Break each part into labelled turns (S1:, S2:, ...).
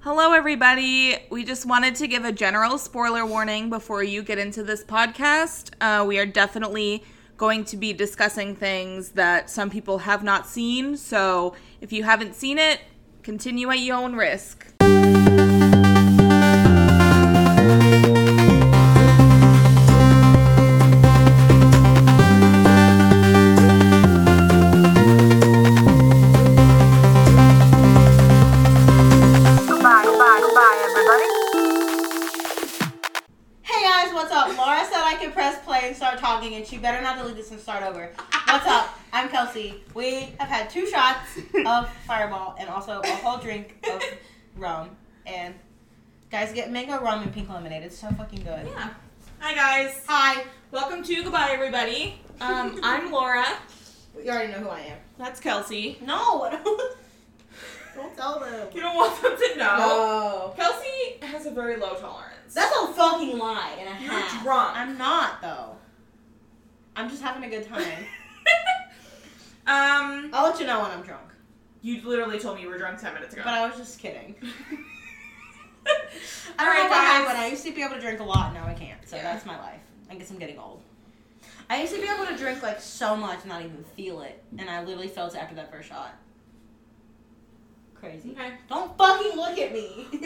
S1: Hello, everybody. We just wanted to give a general spoiler warning before you get into this podcast. Uh, we are definitely going to be discussing things that some people have not seen. So if you haven't seen it, continue at your own risk.
S2: Goodbye, goodbye, goodbye, everybody.
S3: Hey guys, what's up? Laura said I could press play and start talking, and she better not delete this and start over. What's up? I'm Kelsey. We have had two shots of Fireball and also a whole drink of rum. And guys, get mango rum and pink lemonade. It's so fucking good.
S1: Yeah. Hi, guys.
S3: Hi.
S1: Welcome to Goodbye, everybody. Um, I'm Laura.
S3: You already know who I am.
S1: That's Kelsey.
S3: No. Don't tell them.
S1: You don't want them to know.
S3: No.
S1: Kelsey has a very low tolerance.
S3: That's a fucking lie and a
S1: You're
S3: half.
S1: drunk.
S3: I'm not though. I'm just having a good time.
S1: um,
S3: I'll let you know when I'm drunk.
S1: you literally told me you were drunk ten minutes ago.
S3: But I was just kidding. I
S1: All
S3: don't know
S1: right,
S3: what
S1: guys.
S3: happened. I used to be able to drink a lot. Now I can't. So
S1: Yeah.
S3: that's my life. I guess I'm getting old. I used to be able to drink like so much and not even feel it, and I literally felt it after that first shot. Crazy.
S1: Okay.
S3: Don't fucking look at me.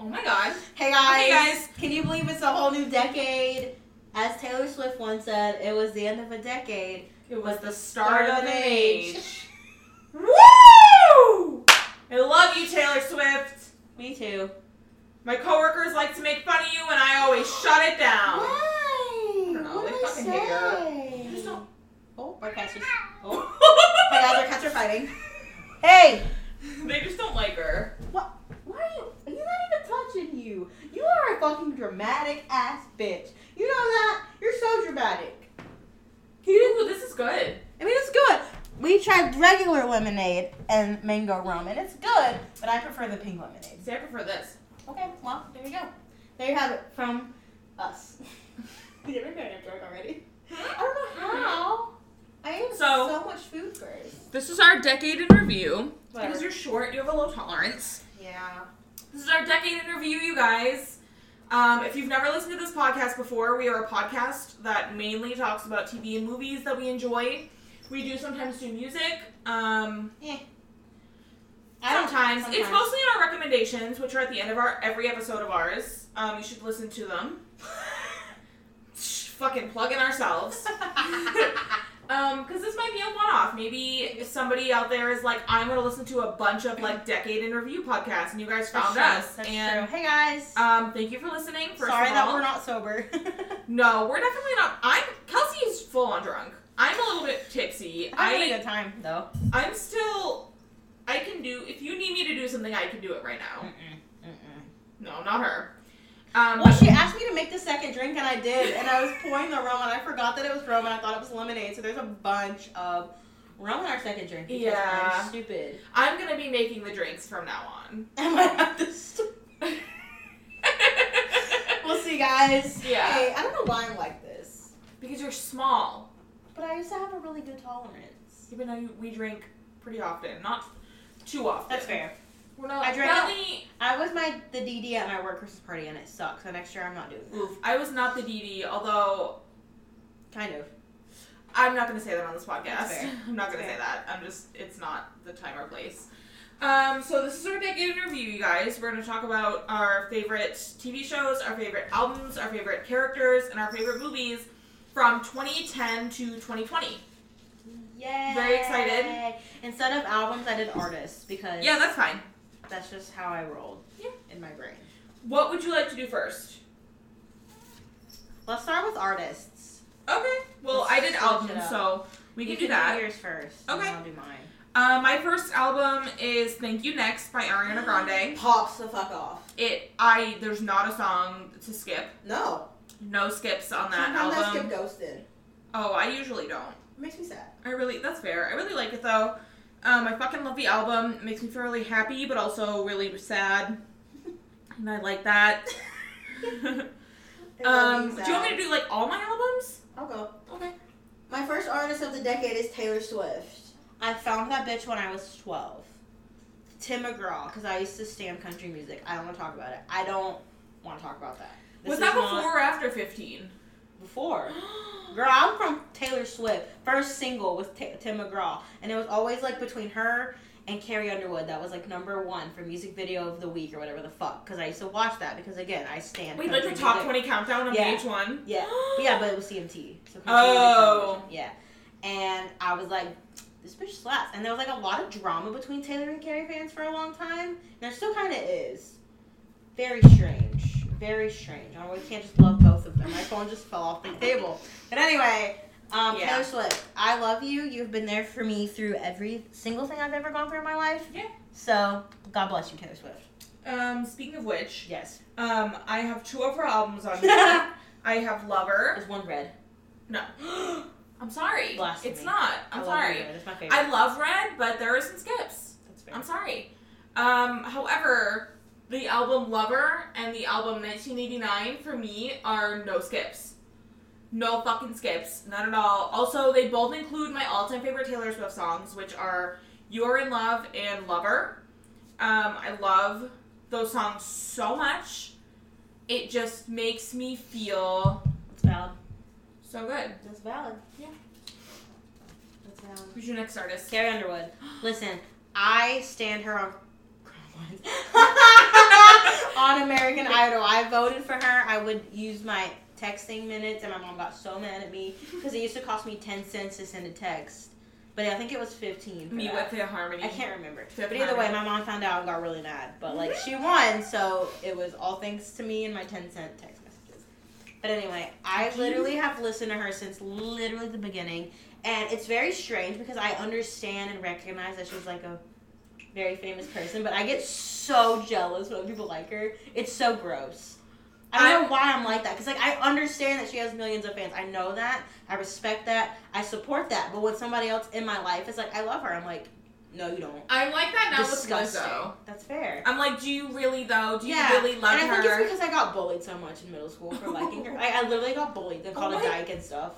S1: Oh my god.
S3: hey guys.
S1: Hey, guys.
S3: Can you believe it's a whole new decade? As Taylor Swift once said, it was the end of a decade.
S1: It
S3: was the start of an age.
S1: Woo! I love you, Taylor Swift.
S3: Me too.
S1: My coworkers like to make fun of you, and I always shut it down.
S3: Why?
S1: I don't know,
S3: What
S1: they
S3: did I
S1: fucking hate her.
S3: say?
S1: You just don't-
S3: Oh, our cats just. Oh. Hey guys, our cats are fighting. Hey!
S1: they just don't like her.
S3: What? Why are you. He's not even touching you. You are a fucking dramatic ass bitch. You know that? You're so dramatic.
S1: Ooh, this is good.
S3: I mean, it's good. We tried regular lemonade and mango rum, and it's good, but I prefer the pink lemonade.
S1: See, I prefer this.
S3: Okay, well, there you go. There you have it from us. You're going to drunk already.
S1: Hmm?
S3: I don't know how. I ate
S1: So-
S3: so, much food first.
S1: This is our decade in review. Because
S3: Whatever.
S1: you're short, you have a low tolerance.
S3: Yeah.
S1: This is our decade in review, you guys. Um, if you've never listened to this podcast before, we are a podcast that mainly talks about TV and movies that we enjoy. We do sometimes do music. Um,
S3: I don't-
S1: sometimes. it's
S3: sometimes.
S1: mostly in our recommendations, which are at the end of our every episode of ours. Um, you should listen to them. Shh, Fucking plugging ourselves. Um, because this might be a one-off. Maybe if somebody out there is like, I'm gonna listen to a bunch of like decade in review podcasts, and you guys found us. and
S3: Hey guys.
S1: um, thank you for listening. First
S3: Sorry
S1: of
S3: that
S1: all.
S3: we're not sober.
S1: No, we're definitely not. I'm Kelsey is full on drunk. I'm a little bit tipsy.
S3: I had a
S1: I
S3: good time though.
S1: I'm still. I can do. If you need me to do something, I can do it right now. No, not her. Um,
S3: Well, she asked me to make the second drink and I did, and I was pouring the rum and I forgot that it was rum and I thought it was lemonade. So there's a bunch of rum in our second drink. because
S1: Yeah.
S3: I'm stupid.
S1: I'm gonna be making the drinks from now on.
S3: I might have to. St- we'll see, guys.
S1: Yeah.
S3: Hey, I don't know why I'm like this,
S1: because you're small,
S3: but I used to have a really good tolerance.
S1: even though you, we drink pretty often, not too often.
S3: That's fair.
S1: We're not.
S3: I drank-
S1: really-
S3: I was my the DD at my work Christmas party and it sucks. So next year I'm not doing. That.
S1: Oof. I was not the DD, although
S3: Kind of.
S1: I'm not going to say that on this
S3: That's
S1: podcast.
S3: fair.
S1: I'm not going to
S3: That's
S1: say
S3: fair.
S1: that. I'm just, it's not the time or place. Um, so this is our decade in review, you guys. We're going to talk about our favorite TV shows, our favorite albums, our favorite characters, and our favorite movies from 2010 to 2020.
S3: Yay!
S1: Very excited.
S3: Instead of albums, I did artists because
S1: Yeah, that's fine.
S3: that's just how I rolled
S1: Yeah.
S3: in my brain.
S1: What would you like to do first?
S3: Let's start with artists.
S1: Okay. Well,
S3: Let's
S1: I did
S3: switch it
S1: albums,
S3: up.
S1: so we
S3: You
S1: can do that.
S3: yours first. and
S1: Okay.
S3: I'll do mine.
S1: Uh, my first album is "Thank You Next" by Ariana Grande.
S3: Pops the fuck off.
S1: It, I, there's not a song to skip.
S3: No.
S1: No skips on that
S3: Sometimes I
S1: album.
S3: skip ghosted.
S1: Oh, I usually don't.
S3: It makes me sad.
S1: I really that's fair. I really like it though. Um, I fucking love the album. It makes me feel really happy, but also really sad, and I like that.
S3: It really
S1: um,
S3: makes
S1: do you want me
S3: sad.
S1: to do like all my albums?
S3: I'll go.
S1: Okay.
S3: My first artist of the decade is Taylor Swift. I found that bitch when I was twelve. Tim McGraw because I used to stand country music. I don't want to talk about it. I don't want to talk about that. This
S1: was
S3: is
S1: that
S3: not-
S1: before or after 15?
S3: Before. Girl, I'm from Taylor Swift. First single was Ta Tim McGraw, and it was always like between her and Carrie Underwood. That was like number one for music video of the week or whatever the fuck. Because I used to watch that because again, I stand.
S1: Wait, like the
S3: country
S1: top
S3: music.
S1: 20 countdown on
S3: Yeah.
S1: VH1?
S3: Yeah, But yeah, but it was CMT. So country music
S1: Oh.
S3: television, yeah. And I was like, this bitch slaps. And there was like a lot of drama between Taylor and Carrie fans for a long time. And there still kind of is. Very strange. Very strange. I really can't just love both of them. My phone just fell off the table. But anyway, um,
S1: Yeah.
S3: Taylor Swift, I love you. You've been there for me through every single thing I've ever gone through in my life.
S1: Yeah.
S3: So God bless you, Taylor Swift.
S1: Um, speaking of which,
S3: Yes.
S1: um, I have two of her albums on here. I have Lover.
S3: There's one red.
S1: No. I'm sorry.
S3: Blasphemy.
S1: It's not. I'm
S3: I love
S1: sorry.
S3: you, Red. It's my favorite.
S1: I love Red, but there are some skips.
S3: That's fair.
S1: I'm sorry. Um, however, the album Lover and the album 1989 for me are no skips. No fucking skips. None at all. Also, they both include my all time favorite Taylor Swift songs, which are You're in Love and Lover. Um, I love those songs so much. It just makes me feel
S3: That's valid.
S1: so good.
S3: That's valid.
S1: Yeah.
S3: That's valid.
S1: Who's your next artist?
S3: Carrie Underwood. Listen, I stand her on on American Idol. I voted for her. I would use my texting minutes, and my mom got so mad at me because it used to cost me ten cents to send a text, but I think it was fifteen. For
S1: Me
S3: that.
S1: with the harmony.
S3: I can't remember.
S1: Fifth
S3: But either way,
S1: Harmony.
S3: my mom found out and got really mad. But like she won, so it was all thanks to me and my ten cent text messages. But anyway, I literally have listened to her since literally the beginning, and it's very strange because I understand and recognize that she's like a very famous person, but I get so jealous when people like her. It's so gross. I don't know why I'm like that because like I understand that she has millions of fans. I know that. I respect that. I support that. But when somebody else in my life is like, I love her, I'm like, no, you don't.
S1: I'm like that now with
S3: Disgusting.
S1: Lizzo.
S3: That's fair.
S1: I'm like, do you really though? Do you
S3: Yeah,
S1: really love
S3: and I
S1: her?
S3: think it's because I got bullied so much in middle school for liking her. I, I literally got bullied and called
S1: Oh
S3: a
S1: my-
S3: dyke and stuff.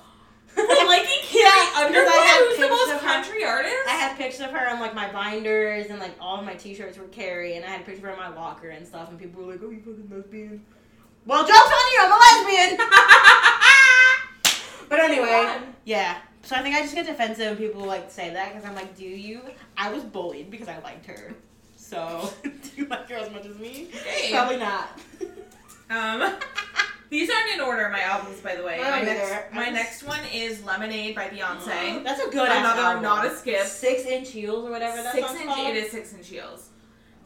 S1: liking Carrie
S3: Yeah,
S1: Underwood,
S3: because I had
S1: who's the
S3: pictures
S1: most
S3: of her.
S1: country artist.
S3: I had pictures of her on like my binders and like all of my t-shirts were Carrie and I had a picture of her in my locker and stuff and people were like, oh, you fucking lesbian. Well, joke's on you, I'm a lesbian. But anyway,
S1: Fun.
S3: yeah. So I think I just get defensive when people like say that because I'm like, do you? I was bullied because I liked her. So do you like her as much as me?
S1: Hey.
S3: Probably not.
S1: Um, these aren't in order. My albums, by the way.
S3: I don't
S1: My
S3: either.
S1: next,
S3: I'm
S1: my
S3: just-
S1: next one is Lemonade by Beyonce.
S3: That's a good
S1: Another
S3: album.
S1: not a skip.
S3: Six inch heels or whatever that
S1: six
S3: song's
S1: inch.
S3: called.
S1: It is six inch heels.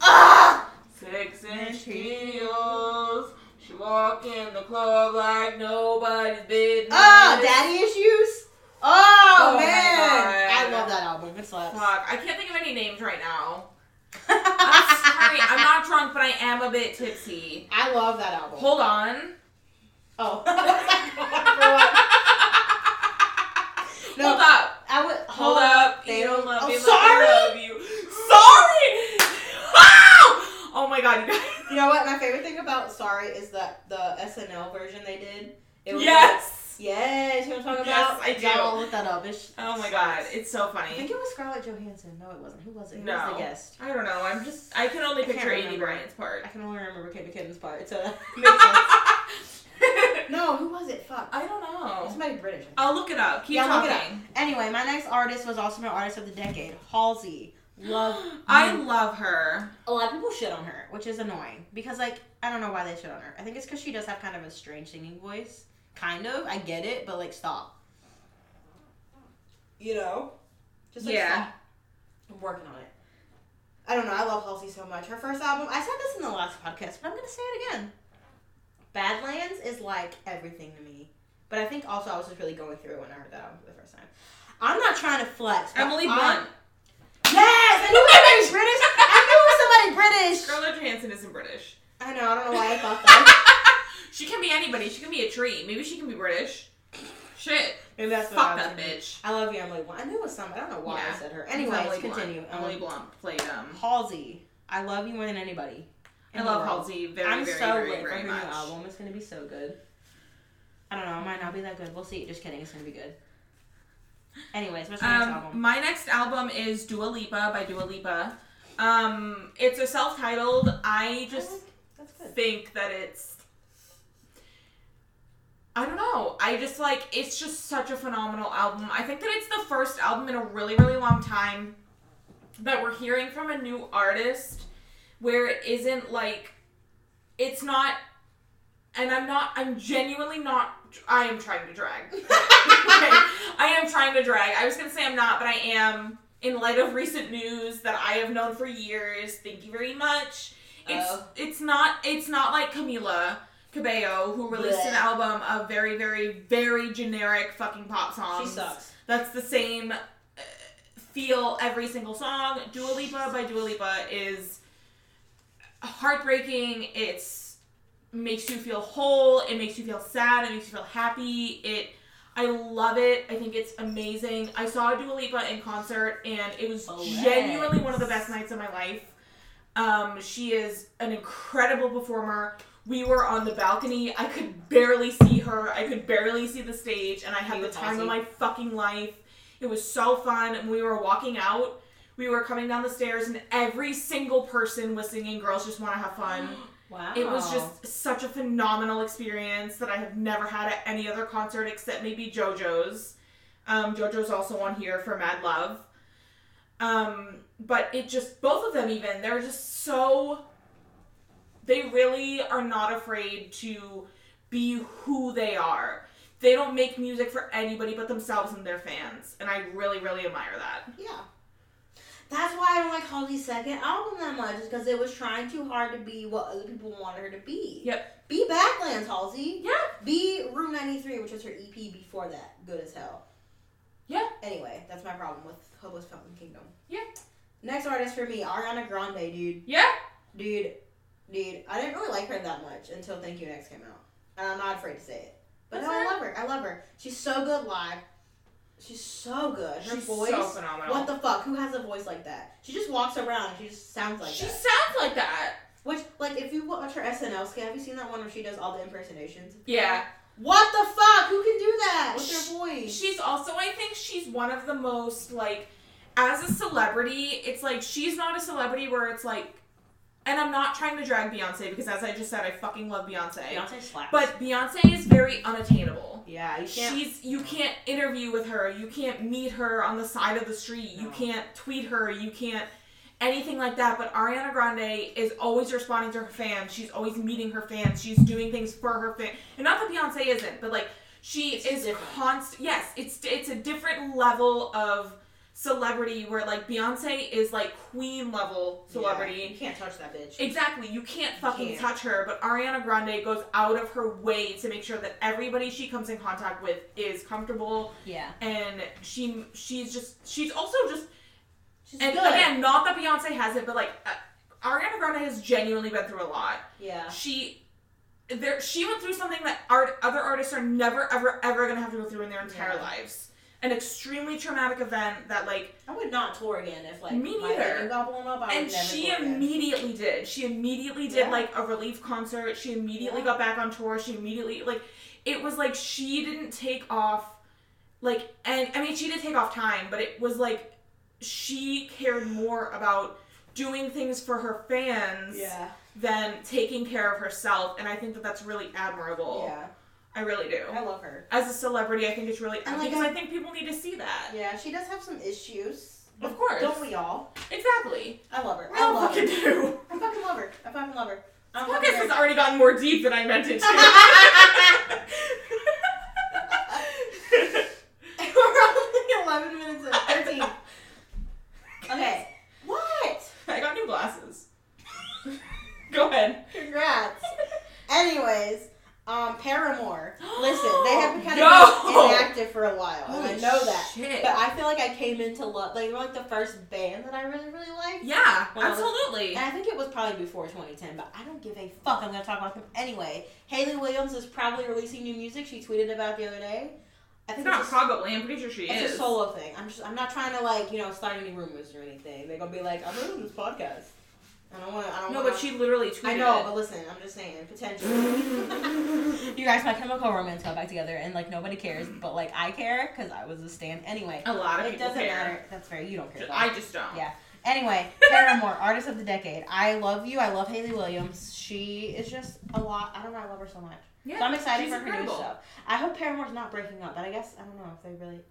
S3: Ah!
S1: Six inch heels. She walk in the club like nobody's business.
S3: Oh, daddy issues. Oh,
S1: Oh my
S3: man,
S1: God.
S3: I love that album. It slaps.
S1: Fuck, I can't think of any names right now. I'm sorry. I'm not drunk, but I am a bit tipsy.
S3: I love that album.
S1: Hold on.
S3: oh. No.
S1: Hold up.
S3: I would
S1: Hold up.
S3: They
S1: You don't love
S3: oh,
S1: me. like
S3: sorry.
S1: I love you. Sorry. Ah! Oh my god, you guys.
S3: You know what? My favorite thing about Sorry is that the SNL version they did.
S1: Yes.
S3: like- yes, you know what I'm talking
S1: Yes,
S3: about?
S1: I do.
S3: Y'all look that up. It's-
S1: Oh my god, it's so
S3: I think
S1: funny.
S3: it was Scarlett Johansson. No, it wasn't. Who was it? Who was
S1: No.
S3: the guest?
S1: I don't know. I'm just. I can only
S3: I can't
S1: picture Amy
S3: remember.
S1: Bryant's part.
S3: I can only remember Kate McKinnon's part, so that makes sense. No, who was it? Fuck.
S1: I don't know.
S3: Somebody British.
S1: I'll look it up. Keep
S3: Yeah,
S1: talking.
S3: look it up. Anyway, my next artist was also my artist of the decade, Halsey. Love.
S1: I
S3: you.
S1: love her.
S3: a lot of people shit on her, which is annoying because like I don't know why they shit on her. I think it's because she does have kind of a strange singing voice. Kind of, I get it, but like stop. You know, just like
S1: Yeah.
S3: stop. I'm working on it. I don't know. I love Halsey so much. Her first album. I said this in the last podcast, but I'm gonna say it again. Badlands is like everything to me. But I think also I was just really going through it when I heard that album for the first time. I'm not trying to flex. but
S1: Emily
S3: I-
S1: Blunt.
S3: Yes, I knew it was somebody British. I knew it was somebody British.
S1: Scarlett Johansson isn't British.
S3: I know. I don't know why I thought that.
S1: She can be anybody. She can be a tree. Maybe she can be British. Shit.
S3: Maybe that's what
S1: Fuck
S3: I was
S1: that
S3: thinking.
S1: bitch.
S3: I love you, Emily. Blunt. I knew it was some. I don't know why
S1: Yeah.
S3: I said her. Anyways,
S1: Emily Blunt.
S3: continue.
S1: Emily Blunt played um.
S3: Halsey. I love you more than anybody. in
S1: I
S3: the
S1: love
S3: world.
S1: Halsey very,
S3: I'm
S1: very,
S3: so
S1: very,
S3: lit
S1: very
S3: for her
S1: much.
S3: new album. It's gonna be so good. I don't know. It might not be that good. We'll see. Just kidding. It's gonna be good. Anyways, what's your next
S1: Um,
S3: album?
S1: my next album is Dua Lipa by Dua Lipa. Um, it's a self-titled.
S3: Oh,
S1: I just
S4: That's good.
S1: think that it's. I don't know. I just like it's just such a phenomenal album. I think that it's the first album in a really really long time that we're hearing from a new artist where it isn't like it's not and I'm not I'm genuinely not I am trying to drag. Okay? I am trying to drag. I was going to say I'm not, but I am in light of recent news that I have known for years. Thank you very much. It's
S4: Oh.
S1: it's not it's not like Camila Cabello who released an
S4: Blech.
S1: album of very very very generic fucking pop songs.
S4: She sucks.
S1: That's the same uh, feel every single song. Dua Lipa by Dua Lipa is heartbreaking. It's makes you feel whole. It makes you feel sad. It makes you feel happy. It I love it. I think it's amazing. I saw Dua Lipa in concert and it was
S4: Oh,
S1: genuinely
S4: yes.
S1: one of the best nights of my life. Um, she is an incredible performer. We were on the balcony. I could barely see her. I could barely see the stage, and I had
S4: You
S1: the
S4: were
S1: time
S4: awesome.
S1: of my fucking life. It was so fun. And we were walking out. We were coming down the stairs, and every single person was singing "Girls Just Want to Have Fun."
S4: Wow.
S1: It was just such a phenomenal experience that I have never had at any other concert except maybe JoJo's. Um, JoJo's also on here for Mad Love. Um, but it just, both of them even, they're just so, they really are not afraid to be who they are. They don't make music for anybody but themselves and their fans. And I really, really admire that.
S4: yeah.
S3: That's why I don't like Halsey's second album that much, is because it was trying too hard to be what other people wanted her to be.
S1: Yep.
S3: Be Badlands, Halsey.
S1: Yeah.
S3: Be Room 93, which was her EP before that. Good as hell.
S1: Yeah.
S3: Anyway, that's my problem with Hobo's Fountain Kingdom.
S1: Yeah.
S3: Next artist for me, Ariana Grande, dude.
S1: Yeah.
S3: Dude. Dude. I didn't really like her that much until Thank You Next came out. And I'm not afraid to say it. But
S1: That's
S3: no, I
S1: fair.
S3: love her. I love her. She's so good live. She's so good. Her
S1: She's
S3: voice.
S1: so phenomenal.
S3: What the fuck? Who has a voice like that? She just walks around. and She just sounds like
S1: she
S3: that.
S1: sounds like that.
S3: Which, like, if you watch her SNL skit, have you seen that one where she does all the impersonations?
S1: Yeah.
S3: What the fuck? Who can do that with her voice?
S1: She's also, I think, she's one of the most like, as a celebrity, it's like she's not a celebrity where it's like, and I'm not trying to drag Beyonce because, as I just said, I fucking love Beyonce.
S4: Beyonce slaps.
S1: But Beyonce is very unattainable.
S3: Yeah, you can't.
S1: She's you can't interview with her, you can't meet her on the side of the street, you
S4: No.
S1: can't tweet her, you can't anything like that. But Ariana Grande is always responding to her fans. She's always meeting her fans. She's doing things for her fans. And not that Beyonce isn't, but like she
S3: It's just
S1: is
S3: different.
S1: constant. Yes, it's it's a different level of celebrity where like Beyonce is like queen level celebrity.
S3: Yeah, you can't touch that bitch.
S1: Exactly. You can't fucking
S3: can't.
S1: touch her, but Ariana Grande goes out of her way to make sure that everybody she comes in contact with is comfortable
S4: yeah.
S1: and she she's just she's also just
S3: She's
S1: and
S3: good.
S1: again, not that Beyonce has it, but like uh, Ariana Grande has genuinely been through a lot.
S3: Yeah.
S1: She there she went through something that art other artists are never ever ever going to have to go through in their entire
S3: Yeah.
S1: lives. An extremely traumatic event that like
S3: I would not tour again if like
S1: Me
S3: my
S1: neither.
S3: venue got blown up. I
S1: and
S3: would never
S1: she
S3: tour again.
S1: immediately did. She immediately did
S3: Yeah.
S1: like a relief concert. She immediately
S3: Yeah.
S1: got back on tour. She immediately like it was like she didn't take off like and I mean she did take off time, but it was like she cared more about doing things for her fans
S3: Yeah.
S1: than taking care of herself and I think that that's really admirable.
S3: Yeah.
S1: I really do.
S3: I love her.
S1: As a celebrity, I think it's really
S3: And, like,
S1: because
S3: I-
S1: I think people need to see that.
S3: Yeah, she does have some issues.
S1: Of
S3: But
S1: course.
S3: Don't we all?
S1: Exactly.
S3: I love her.
S1: We
S3: I
S1: all
S3: love
S1: fucking
S3: her.
S1: do.
S3: I fucking love her. I fucking love her. I'm
S1: Podcast
S3: fucking
S1: has
S3: her.
S1: already gotten more deep than I meant it to.
S3: We're only 11 minutes in. 13. Okay. What?
S1: I got new glasses. Go ahead.
S3: Congrats. Anyways, um, Paramore. Listen, they have kind of
S1: Yo!
S3: been inactive for a while, and Oh, I
S1: Holy
S3: know that.
S1: shit.
S3: But I feel like I came into love. Like, they were like the first band that I really, really liked.
S1: Yeah,
S3: Well,
S1: absolutely.
S3: And I think it was probably before 2010, but I don't give a fuck. I'm gonna talk about them anyway. Haley Williams is probably releasing new music. She tweeted about it the other day. I
S1: It's
S3: think
S1: not
S3: it's a-
S1: probably. I'm pretty sure she
S3: it's
S1: is.
S3: a solo thing. I'm just I'm not trying to like you know start any rumors or anything. They're gonna be like I'm doing this podcast. I don't want to. I don't
S1: No,
S3: wanna,
S1: but she literally tweeted.
S3: I know,
S1: it.
S3: but listen, I'm just saying potential.
S4: you guys, my chemical romance got back together, and like nobody cares, but like I care because I was a stand anyway.
S1: a lot of
S3: it
S1: people
S3: doesn't
S1: care.
S3: matter. That's fair. You don't care.
S1: I just don't.
S4: Yeah.
S3: Anyway, Paramore, artist of the decade. I love you. I love Haley Williams. She is just a lot. I don't know. I love her so much.
S1: Yeah,
S3: so I'm excited
S1: she's
S3: for her new
S1: incredible.
S3: stuff. I hope Paramore's not breaking up, but I guess I don't know if they really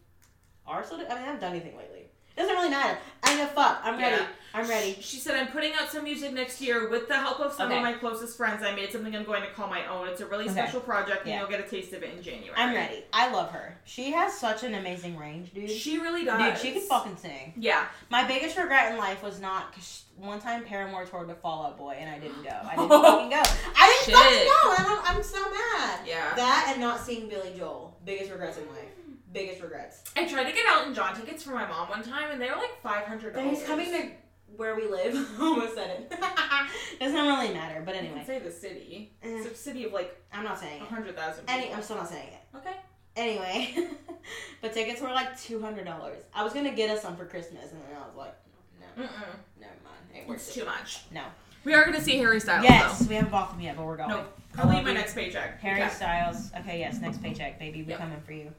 S3: are. So I mean, I haven't done anything lately. It doesn't really matter. I know. Fuck. I'm ready.
S1: Yeah.
S3: I'm ready.
S1: She said, I'm putting out some music next year with the help of some
S3: Okay.
S1: of my closest friends. I made something I'm going to call my own. It's a really
S3: Okay.
S1: special project, and
S3: Yeah.
S1: you'll get a taste of it in January.
S3: I'm ready. I love her. She has such an amazing range, dude.
S1: She really
S3: Dude,
S1: does.
S3: she can fucking sing.
S1: Yeah.
S3: My biggest regret in life was not because one time Paramore toured with Fall Out Boy and I didn't go. I didn't fucking go. I didn't
S1: Shit.
S3: fucking go, and I'm, I'm so mad.
S1: Yeah.
S5: That and not seeing Billy Joel. Biggest regrets in life. Biggest regrets.
S1: I tried to get Elton John tickets for my mom one time, and they were like $500.
S5: That he's coming to where we live. Almost said it.
S3: Doesn't really matter, but
S1: I didn't
S3: anyway,
S1: say the city. It's
S3: Eh,
S1: a city of like
S3: I'm not saying it.
S1: 100,000 people.
S3: Any, I'm still not saying it.
S1: Okay.
S3: Anyway, but tickets were like two hundred dollars. I was gonna get us some for Christmas, and then I was like, no,
S1: Mm-mm.
S3: never mind, it worth
S1: It's
S3: it.
S1: too much.
S3: No.
S1: We are going to see Harry Styles,
S3: Yes, we haven't bought them yet, but we're going.
S1: Nope.
S3: I
S1: though. I'll
S3: love
S1: leave my
S3: you.
S1: next paycheck.
S3: Harry
S1: Okay.
S3: Styles. Okay, yes, next paycheck, baby, we
S1: Yep.
S3: coming for you.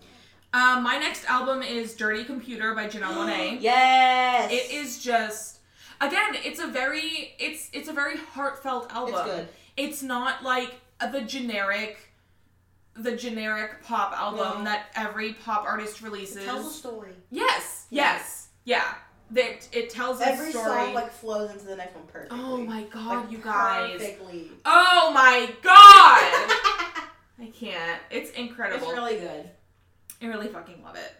S1: Um, my next album is Dirty Computer by Janelle Monae.
S5: yes.
S1: It is just again, it's a very it's it's a very heartfelt album.
S5: It's good.
S1: It's not like the generic the generic pop
S5: No.
S1: album that every pop artist releases.
S5: Tells a story.
S1: yes, yes, yeah. That it tells
S5: Every
S1: a story.
S5: song like flows into the next one perfectly.
S1: oh my god,
S5: Like,
S1: you guys.
S5: Perfectly.
S1: Oh my god. I can't. It's
S5: it's
S1: incredible.
S5: really good.
S1: I really fucking love it.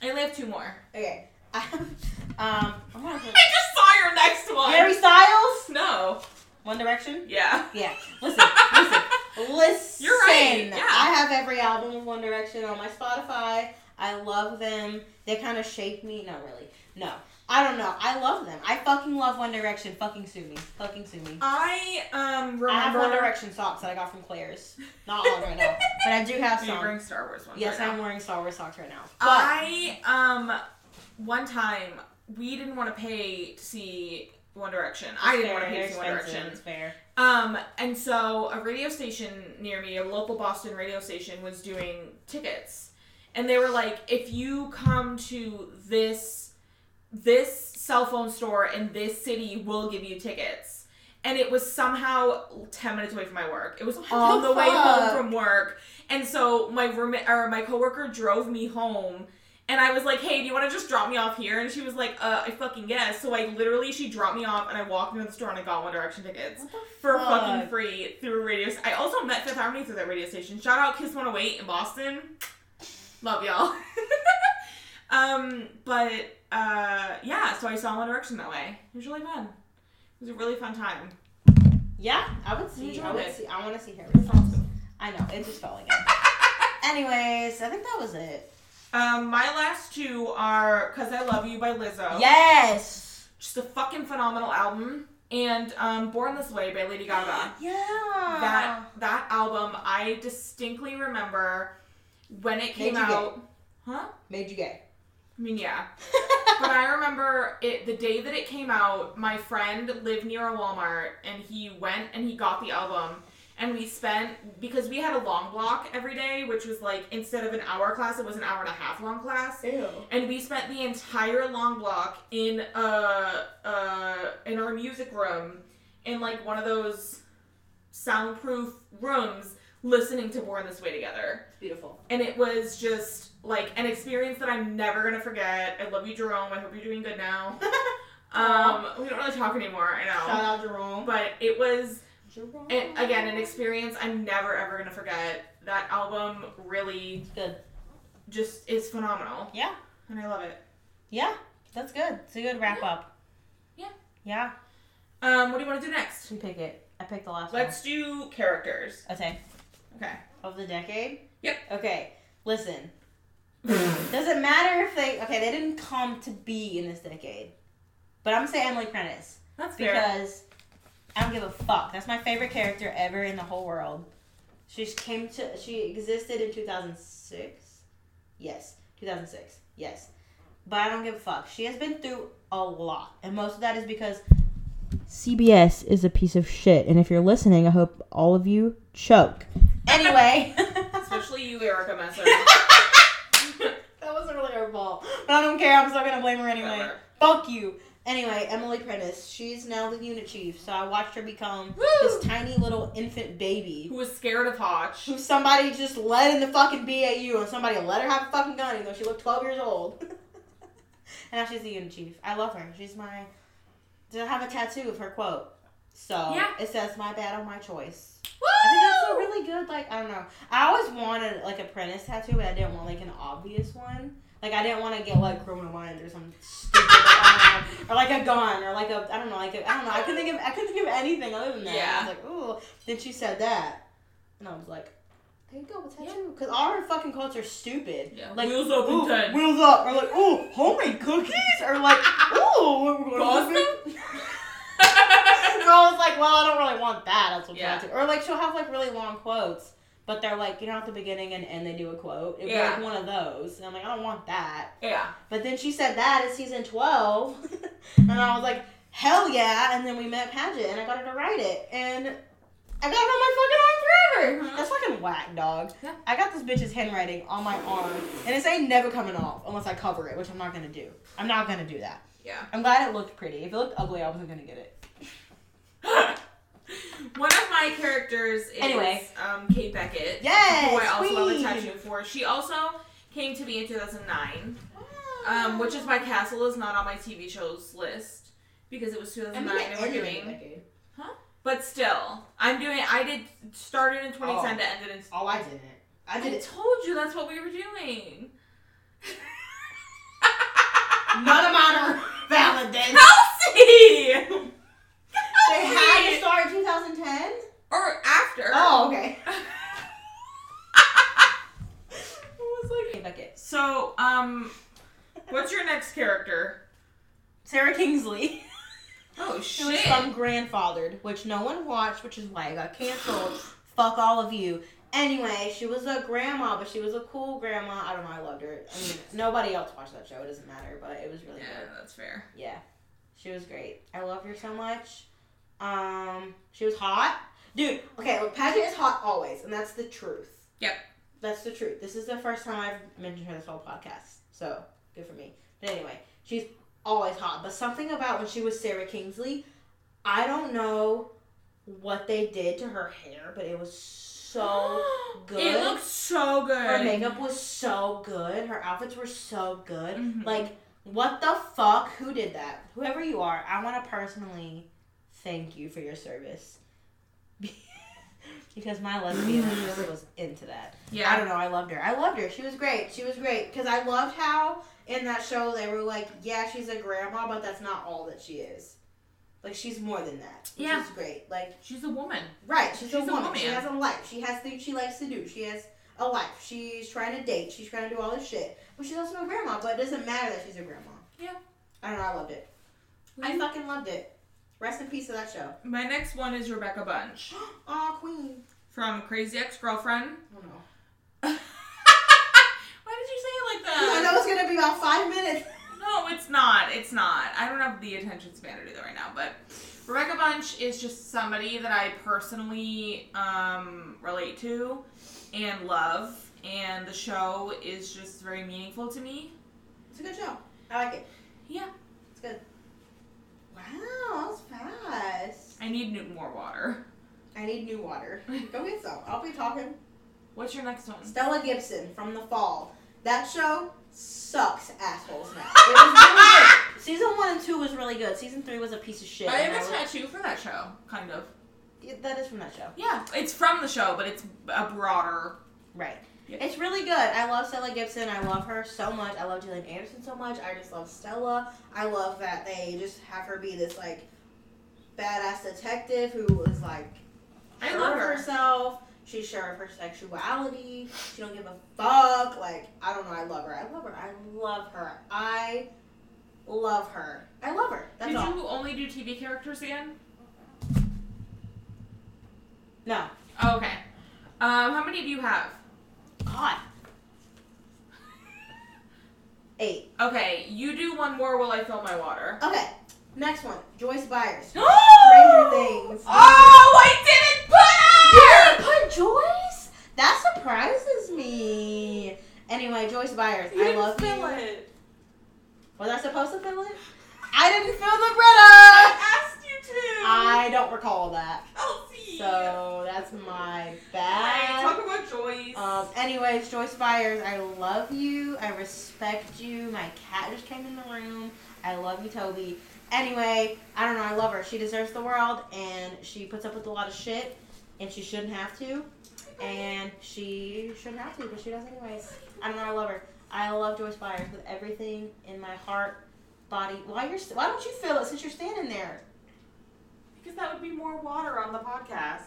S1: I only have two more.
S5: Okay.
S3: um, I'm
S1: I
S3: gonna
S1: just saw your next one.
S3: Harry Styles,
S1: No.
S3: One Direction.
S1: Yeah.
S3: Yeah, listen, listen, listen.
S1: You're right, yeah.
S3: I have every album of One Direction on my Spotify. I love them. They kind of shaped me. Not really. No, I don't know. I love them. I fucking love One Direction. Fucking sue me. Fucking sue me.
S1: I um remember.
S3: I have One Direction socks that I got from Claire's. Not on right now, but I do have
S1: You're
S3: some.
S1: wearing Star Wars ones.
S3: Yes,
S1: right now.
S3: I'm wearing Star Wars socks right now. But
S1: I um one time we didn't want to pay to see One Direction. I didn't want to pay to see One Direction.
S3: It's fair.
S1: Um, and so a radio station near me, a local Boston radio station, was doing tickets, and they were like, "If you come to this this cell phone store in this city, we'll give you tickets." And it was somehow ten minutes away from my work. It was on the,
S5: the
S1: way home
S5: fuck?
S1: from work, and so my roommate or my coworker drove me home. And I was like, "Hey, do you want to just drop me off here?" And she was like, "Uh, I fucking yes." So I literally, she dropped me off, and I walked into the store and I got One Direction tickets for
S3: Fuck.
S1: fucking free through a radio. I also met Fifth Harmony through that radio station. Shout out Kiss 108 in Boston. Love y'all. um, but uh, yeah, so I saw One Direction that way. It was really fun. It was a really fun time.
S3: Yeah, I would see. I
S1: Enjoyed
S3: would
S1: it.
S3: see. I want to see Harry Styles. I know it just fell again. Anyways, I think that was it.
S1: Um, my last two are "Cause I Love You" by Lizzo.
S3: Yes.
S1: just a fucking phenomenal album. And um, "Born This Way" by Lady Gaga.
S3: Yeah. Ah.
S1: that that album, I distinctly remember when it came
S5: Made you gay.
S1: out. Huh?
S5: Made you gay.
S1: I mean, yeah. but I remember it the day that it came out, my friend lived near a Walmart and he went and he got the album and we spent because we had a long block every day, which was like instead of an hour class, it was an hour and a half long class.
S5: Ew.
S1: And we spent the entire long block in uh uh in our music room in like one of those soundproof rooms listening to Born This Way together
S5: It's beautiful.
S1: and it was just like an experience that I'm never gonna forget. I love you, Jerome. I hope you're doing good now. um, we don't really talk anymore. I
S3: Shout
S1: know,
S3: out Jerome.
S1: but it was
S5: Jerome.
S1: it, again an experience I'm never ever gonna forget. That album really
S3: Good.
S1: just is phenomenal.
S3: Yeah.
S1: and I love it.
S3: Yeah, that's good. It's a good wrap up.
S1: Yeah.
S3: Yeah.
S1: Um, what do you want to do next?
S3: You pick it. I picked the last
S1: Let's do characters.
S3: one. Okay.
S1: Okay.
S3: Of the decade.
S1: Yep.
S3: Okay. Listen. Doesn't matter if they okay they didn't come to be in this decade, but I'm gonna say Emily Prentice.
S1: That's fair.
S3: because I don't give a fuck. That's my favorite character ever in the whole world. She just came to she existed in 2006. Yes, 2006. Yes. But I don't give a fuck. She has been through a lot, and most of that is because CBS is a piece of shit. And if you're listening, I hope all of you choke. Anyway,
S1: Especially you, Erica Messer.
S3: that wasn't really her fault, but I don't care. I'm still gonna blame her anyway.
S1: Whatever.
S3: Fuck you. Anyway, Emily Prentice, she's now the unit chief, so I watched her become
S1: Woo!
S3: this tiny little infant baby
S1: Who was scared of Hotch?
S3: who somebody just let in the fucking BAU and somebody let her have a fucking gun even though she looked 12 years old. and now she's the unit chief. I love her. She's my. I have a tattoo of her quote. So
S1: Yeah.
S3: it says, My bad on my choice. I think that's a
S1: Woo!
S3: really good, like, I don't know. I always wanted, like, a Prentice tattoo, but I didn't want, like, an obvious one. Like, I didn't want to get, like, Criminal Minds or something stupid. like, I don't know. or, like, a gun, or, like, a, I don't know, like, a, I don't know. I couldn't think of, I couldn't think of anything other than that.
S1: Yeah.
S3: I was like, ooh. Then she said that. And I was like, there you go, a tattoo. Because all her fucking quotes are stupid.
S1: Yeah.
S3: Like,
S1: Wheels open
S3: ooh,
S1: ten.
S3: Wheels up. Or, like, ooh, homemade cookies? Or, like, ooh, we're going to
S1: Boston?
S3: so I was like, well, I don't really want that. That's what
S1: Yeah.
S3: yeah. Or like she'll have like really long quotes, but they're like, you know, at the beginning and end they do a quote. It'd
S1: Yeah.
S3: be like one of those. And I'm like, I don't want that.
S1: yeah.
S3: But then she said that in season twelve. and I was like, Hell yeah. And then we met Paget and I got her to write it. And I got it on my fucking arm forever.
S1: Mhm.
S3: That's fucking whack, dog.
S1: Yeah.
S3: I got this bitch's handwriting on my arm, and it's ain't never coming off unless I cover it, which I'm not gonna do. I'm not gonna do that.
S1: Yeah.
S3: I'm glad it looked pretty. If it looked ugly, I wasn't gonna get it.
S1: One of my characters is
S3: Anyway.
S1: um, Kate Beckett,
S3: Yes,
S1: who I also
S3: queen.
S1: have a tattoo for. She also came to me in 2009, um, which is
S3: Ah.
S1: why Castle is not on my TV shows list because it was 2009 and we're doing. But still, I'm doing. I did started in 2010 to end it in.
S3: Oh, I didn't. I
S1: I
S3: did it.
S1: told you that's what we were doing.
S3: None of mine are valid then.
S1: Kelsey.
S3: They had to start in 2010?
S1: or after.
S3: Oh, okay.
S1: I was like,
S3: Okay, Bucket.
S1: so um, what's your next character?
S3: Sarah Kingsley.
S1: Oh
S3: She was
S1: shit!
S3: from Grandfathered, which no one watched, which is why it got canceled. Fuck all of you. Anyway, she was a grandma, but she was a cool grandma. I don't know, I loved her. I mean, nobody else watched that show. It doesn't matter, but it was really
S1: yeah,
S3: good.
S1: that's fair.
S3: Yeah. She was great. I love her so much. Um, she was hot. Dude, okay, well, Paget is hot always, and that's the truth.
S1: Yep.
S3: That's the truth. This is the first time I've mentioned her this whole podcast, so good for me. But anyway, she's always hot. But something about when she was Sarah Kingsley, I don't know what they did to her hair, but it was so good.
S1: It looks so good.
S3: Her makeup was so good. Her outfits were so good.
S1: Mhm.
S3: Like, what the fuck? Who did that? Whoever you are, I want to personally thank you for your service. because my lesbian just was into that. I
S1: yeah.
S3: don't know. I loved her. I loved her. She was great. She was great. Because I loved how in that show they were like, yeah, she's a grandma, but that's not all that she is. Like, she's more than that. Which
S1: Yeah.
S3: is great. Like,
S1: She's a woman.
S3: Right. She's, a,
S1: She's a
S3: woman.
S1: woman.
S3: She has a life. She has things she likes to do. She has a life. She's trying to date. She's trying to do all this shit. But she's also a grandma, but it doesn't matter that she's a grandma.
S1: Yeah. Mm-hmm.
S3: I don't know. I loved it. I fucking loved it. Rest in peace to that show.
S1: My next one is Rebecca Bunch
S3: Aw, queen.
S1: from Crazy Ex-Girlfriend.
S3: I don't
S1: Why
S3: know.
S1: did you say
S3: I
S1: it like
S3: know
S1: that?
S3: it's going to be about five minutes.
S1: No, it's not. It's not. I don't have the attention span to do that right now, but Rebecca Bunch is just somebody that I personally um, relate to and love, and the show is just very meaningful to me.
S3: It's a good show. I like it.
S1: Yeah.
S3: It's good. Wow, that was fast.
S1: I need new- more water.
S3: I need new water. Go get some. I'll be talking.
S1: What's your next one?
S3: Stella Gibson from The Fall. That show sucks assholes now. It was really good. Season one and two was really good. Season three was a piece of shit.
S1: I
S3: and
S1: have
S3: I
S1: a tattoo for that show, kind of.
S3: was- Yeah, that is from that show.
S1: Yeah, it's from the show, but it's a broader.
S3: Right.
S1: Yeah.
S3: It's really good. I love Stella Gibson. I love her so much. I love Jillian Anderson so much. I just love Stella. I love that they just have her be this like badass detective who was like
S1: I
S3: sure
S1: love
S3: of
S1: her.
S3: herself. She's sure of her sexuality. She don't give a fuck. Like I don't know. I love her. I love her. I love her. I love her. I love her. That's
S1: Did
S3: all.
S1: you only do TV characters again?
S3: No.
S1: Oh, Okay. Um, how many do you have?
S3: God. Eight.
S1: Okay, you do one more while I fill my water.
S3: Okay. Next one. Joyce Byers.
S1: Stranger
S3: Things.
S1: Oh, I didn't put her.
S3: Put Joyce. That surprises me. Anyway, Joyce Byers. I love you.
S1: it.
S3: Was I supposed to fill it? recall that.
S1: Elsie.
S3: So that's my
S1: Right,
S3: bad.
S1: talk about Joyce.
S3: Um, anyways, Joyce Byers, I love you. I respect you. My cat just came in the room. I love you, Toby. Anyway, I don't know. I love her. She deserves the world, and she puts up with a lot of shit, and she shouldn't have to. And she shouldn't have to, but she does anyways. I don't know. I love her. I love Joyce Byers with everything in my heart, body. Why you're? Why don't you feel it since you're standing there?
S1: because that would be more water on the podcast.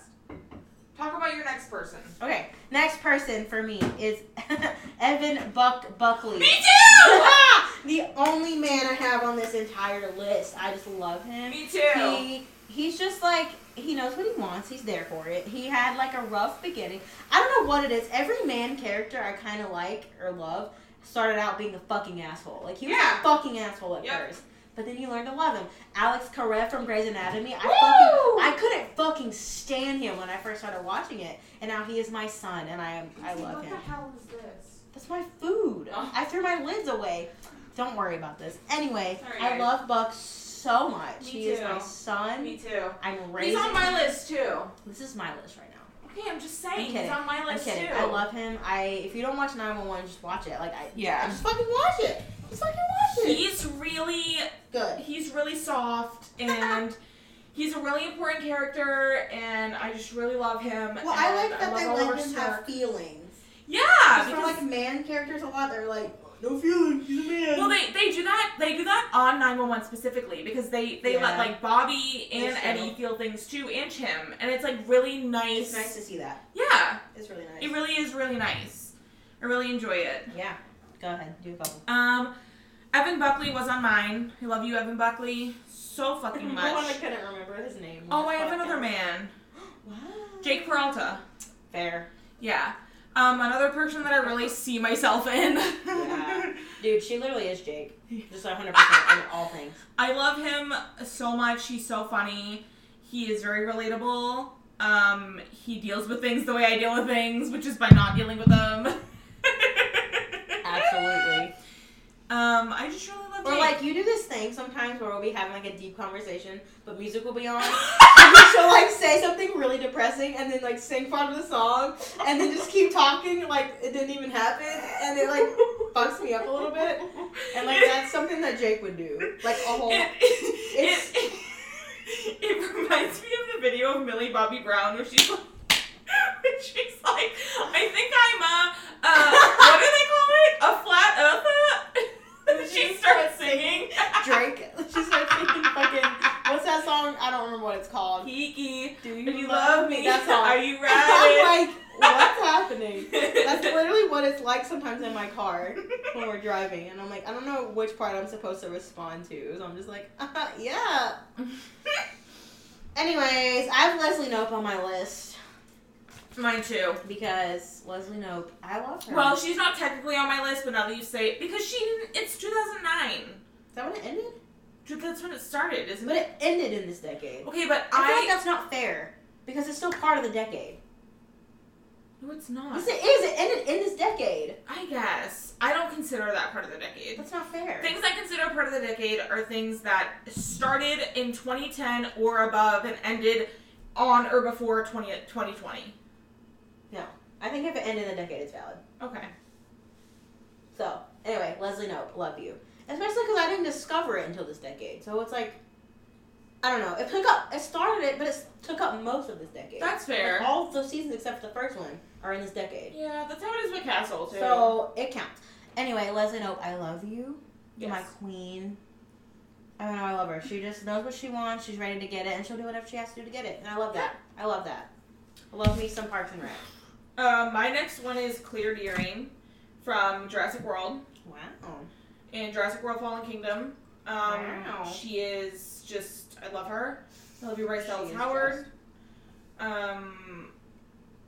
S1: Talk about your next person.
S3: Okay. Next person for me is Evan Buck Buckley.
S1: too.
S3: the only man I have on this entire list. I just love him.
S1: Me too.
S3: He he's just like he knows what he wants. He's there for it. He had like a rough beginning. I don't know what it is. Every man character I kind of like or love started out being a fucking asshole. Like he was
S1: Yeah.
S3: a fucking asshole at
S1: Yep.
S3: first. But then you learn to love him. Alex Karev from Grey's Anatomy. I
S1: Woo!
S3: fucking I couldn't fucking stand him when I first started watching it, and now he is my son, and I am I love
S1: what
S3: him.
S1: the hell is this?
S3: That's my food.
S1: Oh.
S3: I threw my lids away. Don't worry about this. Anyway,
S1: Sorry,
S3: I
S1: guys.
S3: love Buck so much.
S1: Me
S3: he is
S1: too.
S3: my son.
S1: Me too.
S3: I'm raising.
S1: He's on my list too.
S3: This is my list right now.
S1: Okay, I'm just saying.
S3: kidding.
S1: he's on my
S3: I'm
S1: list
S3: kidding.
S1: too.
S3: I love him. I if you don't watch 911, just watch it. Like I
S1: Yeah.
S3: I just fucking watch it. Just fucking watch it.
S1: He's really
S3: Good.
S1: he's really soft and he's a really important character and I just really love him.
S3: Well, I like
S1: and
S3: that
S1: love
S3: they
S1: Oliver
S3: let him have
S1: Stark.
S3: feelings.
S1: Yeah,
S3: for
S1: because
S3: like man characters a lot, they're like no feelings. He's a man.
S1: well, they, they do that they do that on 911 specifically because they they let
S3: Yeah.
S1: like Bobby and
S3: That's true.
S1: Eddie feel things too and him and it's like really
S3: it's nice to see that.
S1: Yeah,
S3: It's really nice.
S1: it really is really nice. I really enjoy it.
S3: yeah. Go ahead. Do a couple.
S1: Um, Evan Buckley was on mine. I love you, Evan Buckley, so fucking
S3: I
S1: much.
S3: couldn't remember his name.
S1: Oh, I have another man,
S3: Wow.
S1: Jake Peralta.
S3: Fair.
S1: Yeah. Um, another person that I really see myself in.
S3: Yeah. Dude, she literally is Jake. Just 100% in all things.
S1: I love him so much. He's so funny. He is very relatable. Um, he deals with things the way I deal with things, which is by not dealing with them.
S3: Absolutely.
S1: Um, I just really love
S3: Or
S1: Jake.
S3: like, you do this thing sometimes where we'll be having like a deep conversation, but music will be on. And she'll like say something really depressing and then like sing part of the song and then just keep talking like it didn't even happen and it like fucks me up a little bit. And like that's something that Jake would do. Like a whole
S1: It, it, it, it reminds me of the video of Millie Bobby Brown where she's like, where she's like, I think I'm a, uh, what do they call it? A flat earther? And she starts singing.
S3: Drake. She starts thinking fucking what's that song? I don't remember what it's called.
S1: Kiki,
S3: Do
S1: do you love me?
S3: That's all.
S1: Are you ready?
S3: I'm like, what's happening? That's literally what it's like sometimes in my car when we're driving, and I'm like, I don't know which part I'm supposed to respond to, so I'm just like, uh, yeah. Anyways, I have Leslie Nope on my list
S1: Mine too.
S3: because Leslie Nope, I love her.
S1: Well, she's not technically on my list, but now that you say it, because she, didn't- it's 2009.
S3: is that when it ended?
S1: Dude, That's when it started, isn't
S3: But
S1: it?
S3: it ended in this decade.
S1: Okay, but
S3: I feel
S1: I.
S3: like that's not fair because it's still part of the decade.
S1: no, it's not.
S3: Yes, it is. It ended in this decade.
S1: I guess. I don't consider that part of the decade.
S3: That's not fair.
S1: Things I consider part of the decade are things that started in 2010 or above and ended on or before 20, 2020.
S3: No, I think if it ended in the decade, it's valid.
S1: Okay.
S3: So, anyway, Leslie Nope, love you. Especially because I didn't discover it until this decade. So it's like, I don't know. It took up, it started it, but it took up most of this decade.
S1: That's fair.
S3: Like, all of those seasons except for the first one are in this decade.
S1: yeah, that's how it is with Castle, too.
S3: So it counts. Anyway, Leslie Nope, I love you. You're my
S1: Yes.
S3: queen. I don't know, I love her. She just knows what she wants. She's ready to get it, and she'll do whatever she has to do to get it. And I love that. I love that. I love me some Parks and Rec.
S1: Uh, my next one is Clear Deering from Jurassic World
S3: Wow.
S1: and Jurassic World Fallen Kingdom. Um,
S3: Wow.
S1: She is just, I love her. I love you, Bryce
S3: She
S1: Dallas
S3: is
S1: Howard. Um,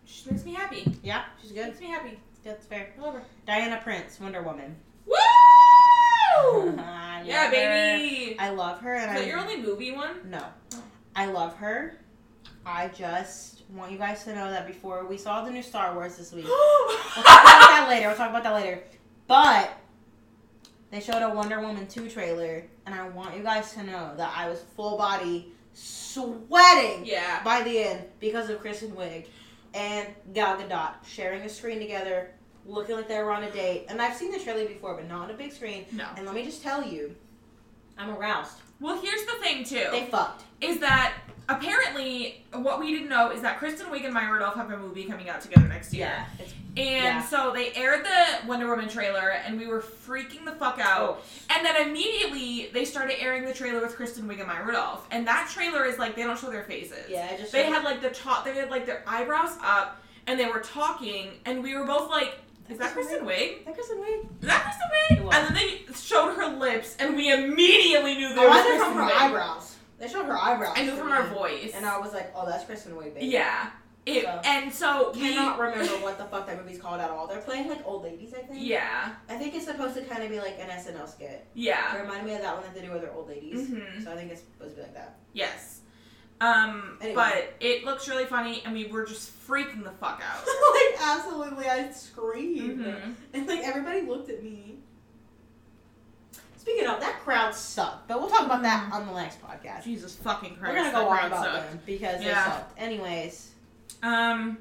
S1: she makes me happy.
S3: Yeah, she's good.
S1: Makes me happy.
S3: That's fair.
S1: I love her.
S3: Diana Prince, Wonder Woman.
S1: Woo!
S3: I love
S1: yeah,
S3: her.
S1: baby.
S3: I love her, and
S1: Is that
S3: I
S1: your only movie one?
S3: no, I love her. I just want you guys to know that before we saw the new Star Wars this week, we'll talk about that later. We'll talk about that later. But they showed a Wonder Woman two trailer, and I want you guys to know that I was full body sweating
S1: Yeah.
S3: by the end because of Kristen Wiig and Gal Gadot sharing a screen together, looking like they were on a date. And I've seen this trailer before, but not on a big screen.
S1: No.
S3: And let me just tell you, I'm aroused.
S1: Well, here's the thing too.
S3: They fucked.
S1: is that apparently what we didn't know is that Kristen Wiig and Maya Rudolph have a movie coming out together next year.
S3: It's,
S1: And
S3: Yeah.
S1: so they aired the Wonder Woman trailer, and we were freaking the fuck out. And then immediately they started airing the trailer with Kristen Wiig and Maya Rudolph, and that trailer is like they don't show their faces.
S3: yeah, I just
S1: They had like the top. They had like their eyebrows up, and they were talking, and we were both like, "Is that Kristen Wiig?
S3: That Kristen Wiig.
S1: Is that
S3: It
S1: Kristen Wiig?"
S3: was.
S1: And then they showed her lips, and we immediately knew there
S3: I
S1: was
S3: wanted
S1: Kristen
S3: from her
S1: Wiig.
S3: eyebrows. They showed her eyebrows.
S1: I knew from her voice.
S3: And I was like, oh, that's Kristen Wiig, baby.
S1: Yeah. It,
S3: So-
S1: And so
S3: I
S1: we
S3: cannot remember what the fuck that movie's called at all. They're playing like old ladies, I think.
S1: Yeah.
S3: I think it's supposed to kind of be like an SNL skit. It
S1: Yeah.
S3: reminded me of that one that they do with their old ladies.
S1: hmm
S3: So I think it's supposed to be like that.
S1: Yes. Um,
S3: Anyway.
S1: but it looks really funny, and we were just freaking the fuck out.
S3: like absolutely, I screamed,
S1: Mhm.
S3: and like everybody looked at me. Speaking of, that crowd sucked, but we'll talk about that on the next podcast.
S1: Jesus fucking Christ!
S3: We're gonna go
S1: that
S3: on
S1: crowd
S3: about
S1: sucked.
S3: them because
S1: Yeah.
S3: they sucked. Anyways,
S1: Um,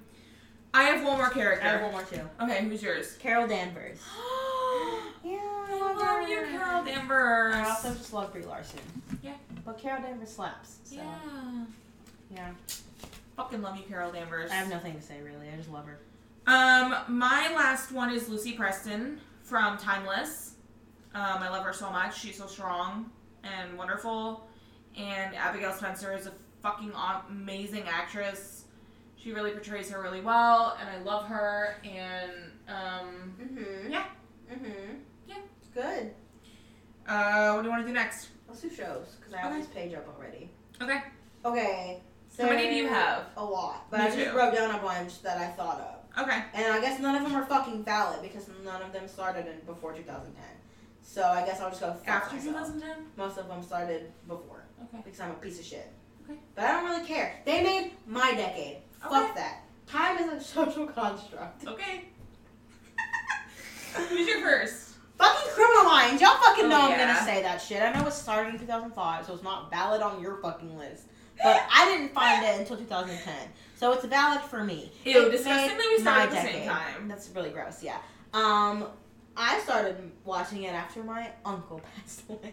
S1: I have one more character.
S3: I have one more too.
S1: Okay, who's yours?
S3: Carol Danvers.
S1: I
S3: Yeah,
S1: love you, Carol Danvers.
S3: I also just love Brie Larson.
S1: Yeah.
S3: But Carol Danvers slaps. So
S1: Yeah.
S3: yeah.
S1: Fucking love you, Carol Danvers.
S3: I have nothing to say really. I just love her.
S1: Um, my last one is Lucy Preston from Timeless. Um, I love her so much. She's so strong and wonderful. And Abigail Spencer is a fucking aw- amazing actress. She really portrays her really well, and I love her. And um,
S3: Mhm.
S1: Yeah.
S3: Mhm.
S1: Yeah.
S3: Good.
S1: uh, what do you want to do next?
S3: Let's do shows because I have this page up already.
S1: Okay.
S3: Okay.
S1: How many do you
S3: there's
S1: have?
S3: A lot, but
S1: Me
S3: I just
S1: too.
S3: wrote down a bunch that I thought of,
S1: Okay.
S3: and I guess none of them are fucking valid because none of them started in before 2010. So I guess I'll just go fuck
S1: After
S3: myself.
S1: 2010.
S3: Most of them started before
S1: Okay.
S3: because I'm a piece of shit.
S1: Okay.
S3: But I don't really care. They made my decade.
S1: Okay.
S3: Fuck that. Time is a social construct.
S1: Okay. Who's your first?
S3: Fucking criminal minds. Y'all fucking
S1: Oh,
S3: know I'm
S1: yeah.
S3: gonna say that shit. I know it started in 2005, so it's not valid on your fucking list. But I didn't find it until 2010, so it's valid for me.
S1: Ew,
S3: It
S1: disgustingly,
S3: made
S1: we started at
S3: my
S1: the same
S3: decade.
S1: time.
S3: That's really gross. Yeah. Um, I started watching it after my uncle passed away.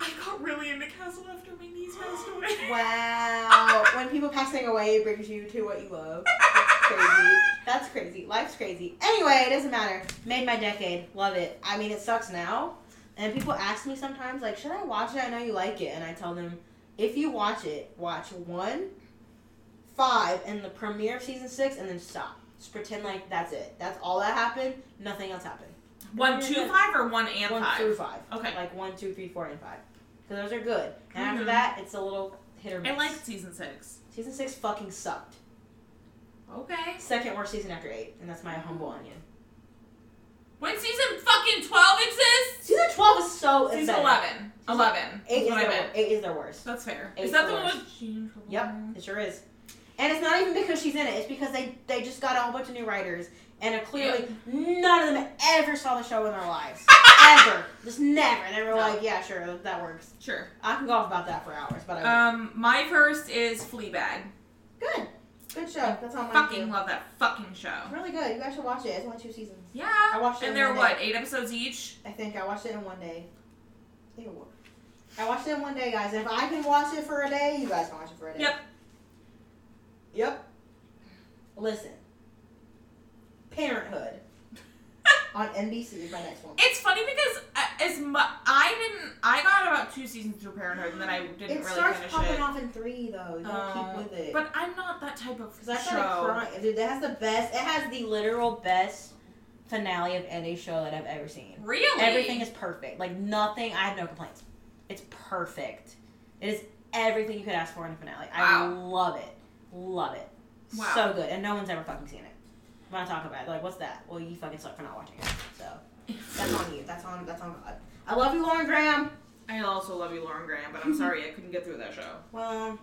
S1: I got really into Castle after my niece passed away.
S3: Wow. when people passing away brings you to what you love. That's crazy. That's crazy. Life's crazy. Anyway, it doesn't matter. Made my decade. Love it. I mean, it sucks now. And people ask me sometimes, like, should I watch it? I know you like it. And I tell them, if you watch it, watch one, five, and the premiere of season six, and then stop. Just pretend like that's it. That's all that happened. Nothing else happened.
S1: One, two, five, or one and
S3: one
S1: five?
S3: through five.
S1: Okay.
S3: Like one, two, three, four, and five. Because those are good. And after
S1: Mhm.
S3: that, it's a little hit or miss.
S1: I liked season six.
S3: Season six fucking sucked.
S1: Okay.
S3: Second worst season after eight, and that's my humble onion.
S1: When season fucking 12 exists?
S3: Season twelve is so
S1: Season
S3: embedded.
S1: 11. 11.
S3: Eight
S1: That's
S3: is,
S1: what I
S3: their,
S1: meant.
S3: eight is their worst.
S1: That's fair.
S3: Eight's
S1: Is that
S3: the
S1: the one
S3: worst.
S1: with Jean Trelawney?
S3: Yep, it sure is. And it's not even because she's in it. It's because they they just got a whole bunch of new writers, and uh, clearly none of them ever saw the show in their lives, ever. Just never. And they were
S1: No.
S3: like, yeah, sure, that works.
S1: Sure.
S3: I can go off about that for hours, but I won't.
S1: Um, my first is Fleabag.
S3: good, good show. That's all. mine
S1: Fucking
S3: too.
S1: love that fucking show.
S3: really good. You guys should watch it. It's only two seasons.
S1: Yeah.
S3: I watched it in
S1: And they're
S3: one
S1: what, eight episodes each?
S3: I think I watched it in one day. I think it worked. I watched it in one day, guys. If I can watch it for a day, you guys can watch it for a day.
S1: Yep.
S3: Yep. Listen. Parenthood on NBC is my next one.
S1: It's funny because uh, as mu- I didn't, I got about two seasons through Parenthood, and then I didn't
S3: it
S1: really
S3: starts
S1: finish
S3: popping
S1: it.
S3: off in three though. You gotta
S1: Um,
S3: keep with it.
S1: But I'm not that type of
S3: Because I started
S1: show.
S3: crying. Dude, that has the best. It has the literal best finale of any show that I've ever seen.
S1: Really?
S3: Everything is perfect. Like nothing. I have no complaints. It's perfect. It is everything you could ask for in a finale. I
S1: Wow.
S3: love it. Love it.
S1: Wow.
S3: So good. And no one's ever fucking seen it. When I talk about it, they're like, what's that? Well, you fucking suck for not watching it. So that's on you. That's on. That's on God. I love you, Lauren Graham.
S1: I also love you, Lauren Graham, but I'm sorry I couldn't get through that show.
S3: Well,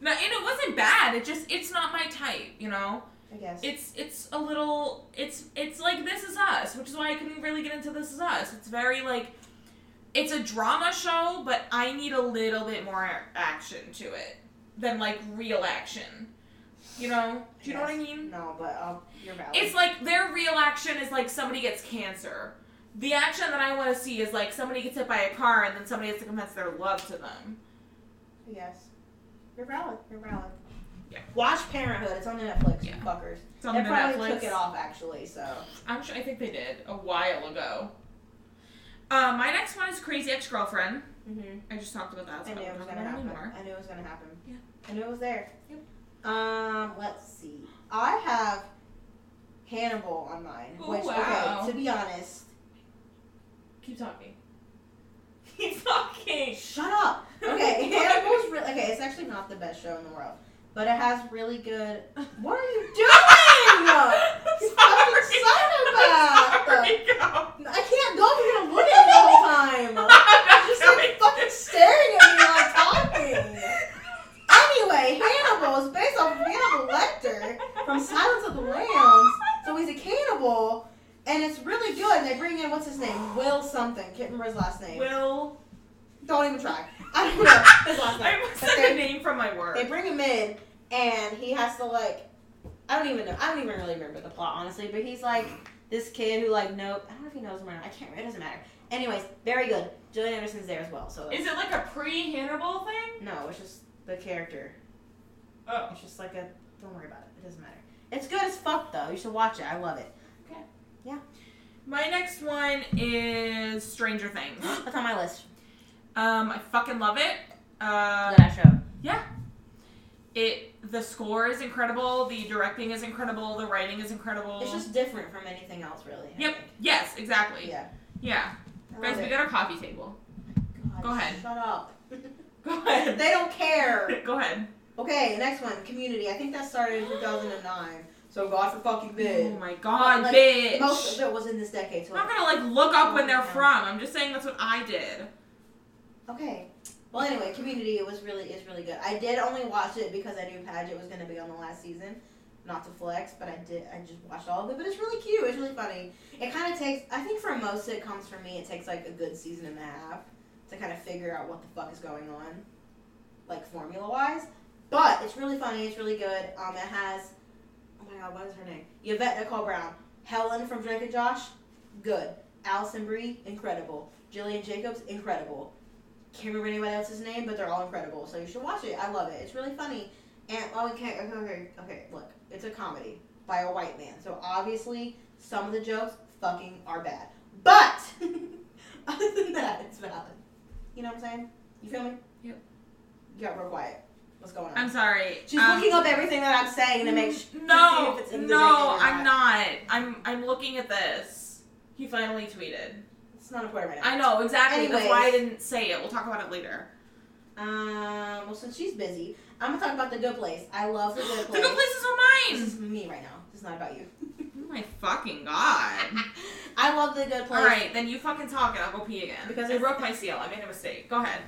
S1: No, and it wasn't bad. It just it's not my type, you know.
S3: I guess.
S1: It's it's a little it's it's like This Is Us, which is why I couldn't really get into This Is Us. It's very like it's a drama show, but I need a little bit more action to it than like real action. You know? Do you know what I
S3: Yes.
S1: mean?
S3: No, but um, you're valid.
S1: It's like their real action is like somebody gets cancer. The action that I want to see is like somebody gets hit by a car and then somebody has to confess their love to them.
S3: yes, you're valid. You're valid.
S1: Yeah.
S3: Watch Parenthood. It's on Netflix. you
S1: Yeah.
S3: Fuckers.
S1: It's on
S3: they
S1: the
S3: probably
S1: Netflix.
S3: took it off actually. So
S1: I'm sure I think they did a while ago. Uh, my next one is Crazy Ex-Girlfriend.
S3: mm-hmm.
S1: I just talked about that. so
S3: I knew
S1: I'm
S3: it was
S1: not
S3: gonna
S1: gonna
S3: happen.
S1: anymore.
S3: I knew it was gonna happen.
S1: Yeah.
S3: I knew it was there.
S1: Yep.
S3: Um, let's see. I have Hannibal on mine,
S1: Ooh,
S3: which
S1: wow.
S3: okay, to be honest,
S1: Keep talking. Keep talking.
S3: Shut up. Okay, Hannibal's re- okay. It's actually not the best show in the world, but it has really good. What are you doing?
S1: Sorry.
S3: fucking psychopath.
S1: Sorry, go.
S3: I can't go. if You're gonna look at me all the whole time. She's like fucking staring at me while I'm talking. Anyway, Hannibal is based off of Hannibal Lecter from Silence of the Lambs, so he's a cannibal, and it's really good. And they bring in what's his name, Will something. Can't remember his last name.
S1: Will.
S3: Don't even try. I don't know his last name.
S1: I must
S3: But
S1: have
S3: they-
S1: the name from my work.
S3: they bring him in and he has to like I don't even know I don't even really remember the plot honestly, but he's like this kid who like no I don't know if he knows him or not. I can't it doesn't matter. Anyways, very good. Julian Anderson's there as well, so like,
S1: Is it like a pre-Hannibal thing?
S3: no, it's just the character.
S1: Oh.
S3: It's just like a don't worry about it. It doesn't matter. It's good as fuck though. You should watch it. I love it.
S1: My next one is Stranger Things.
S3: That's on my list.
S1: Um, I fucking love it. Uh,
S3: Good ass show.
S1: it the score is incredible. The directing is incredible. The writing is incredible.
S3: It's just different from anything else really. I
S1: Yep.
S3: think.
S1: Yes. Exactly.
S3: Yeah.
S1: Yeah.
S3: I
S1: Guys,
S3: love
S1: we
S3: it.
S1: got our coffee table.
S3: God,
S1: go ahead.
S3: Shut up.
S1: Go ahead.
S3: they don't care.
S1: Go ahead.
S3: Okay, next one, Community. I think that started in 2009. So God for fucking
S1: Oh
S3: bid.
S1: my god,
S3: Like,
S1: bitch.
S3: Most of it was in this decade. So
S1: I'm not gonna like look up when they're
S3: Yeah.
S1: from. I'm just saying that's what I did.
S3: okay. Well, anyway, Community it was really is really good. I did only watch it because I knew Paget was gonna be on the last season. Not to flex, but I did. I just watched all of it. But it's really cute. It's really funny. It kind of takes. I think for most sitcoms, for me, it takes like a good season and a half to kind of figure out what the fuck is going on, like formula wise. But it's really funny. It's really good. Um, it has. Oh my god, what is her name? Yvette Nicole Brown, Helen from Drake and Josh, good. Allison Brie, incredible. Jillian Jacobs, incredible. Can't remember anybody else's name, but they're all incredible. So you should watch it. I love it. It's really funny. And oh, okay, okay, okay, okay. Look, it's a comedy by a white man. So obviously, some of the jokes fucking are bad. But other than that, it's valid. You know what I'm saying? You feel me?
S1: Yep.
S3: You got real quiet. What's going on?
S1: I'm sorry.
S3: She's
S1: Um,
S3: looking up everything that I'm saying to make sure.
S1: No,
S3: to see if it's in the
S1: no,
S3: record or
S1: I'm not. I'm I'm looking at this. He finally tweeted.
S3: It's not important right now.
S1: I know exactly. That's why I
S3: Anyways.
S1: didn't say it. We'll talk about it later.
S3: Um, well, since she's busy, I'm gonna talk about the good place. I love the good
S1: The
S3: place.
S1: good places
S3: This
S1: are mine.
S3: is me right now. It's not about you.
S1: Oh my fucking god.
S3: I love the good place.
S1: All right, then you fucking talk and I'll go pee again.
S3: Because
S1: Because I
S3: it's-
S1: broke my seal. I made a mistake. Go ahead.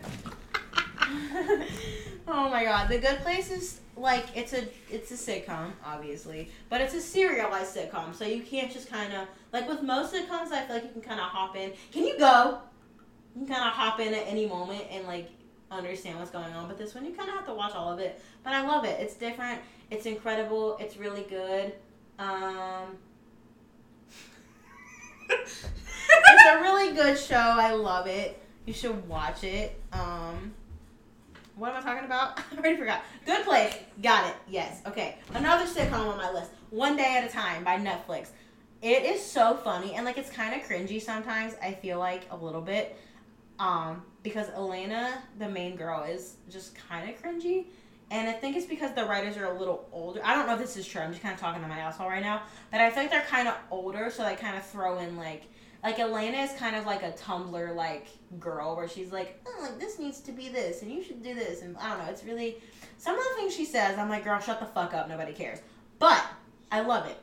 S3: oh my god, the good place is like it's a it's a sitcom, obviously, but it's a serialized sitcom, so you can't just kind of like with most sitcoms, I feel like you can kind of hop in. Can you go? You can kind of hop in at any moment and like understand what's going on. But this one, you kind of have to watch all of it. But I love it. It's different. It's incredible. It's really good. Um, it's a really good show. I love it. You should watch it. Um, what am I talking about? I already forgot. Good Place. Got it. Yes. Okay. Another sitcom on my list. One Day at a Time by Netflix. It is so funny and like it's kind of cringy sometimes. I feel like a little bit, um, because Elena, the main girl, is just kind of cringy, and I think it's because the writers are a little older. I don't know if this is true. I'm just kind of talking to my asshole right now, but I feel like they're kind of older, so they kind of throw in like like Elena is kind of like a Tumblr like girl where she's like, oh, like this needs to be this and you should do this and I don't know. It's really some of the things she says. I'm like, girl, shut the fuck up. Nobody cares. But I love it.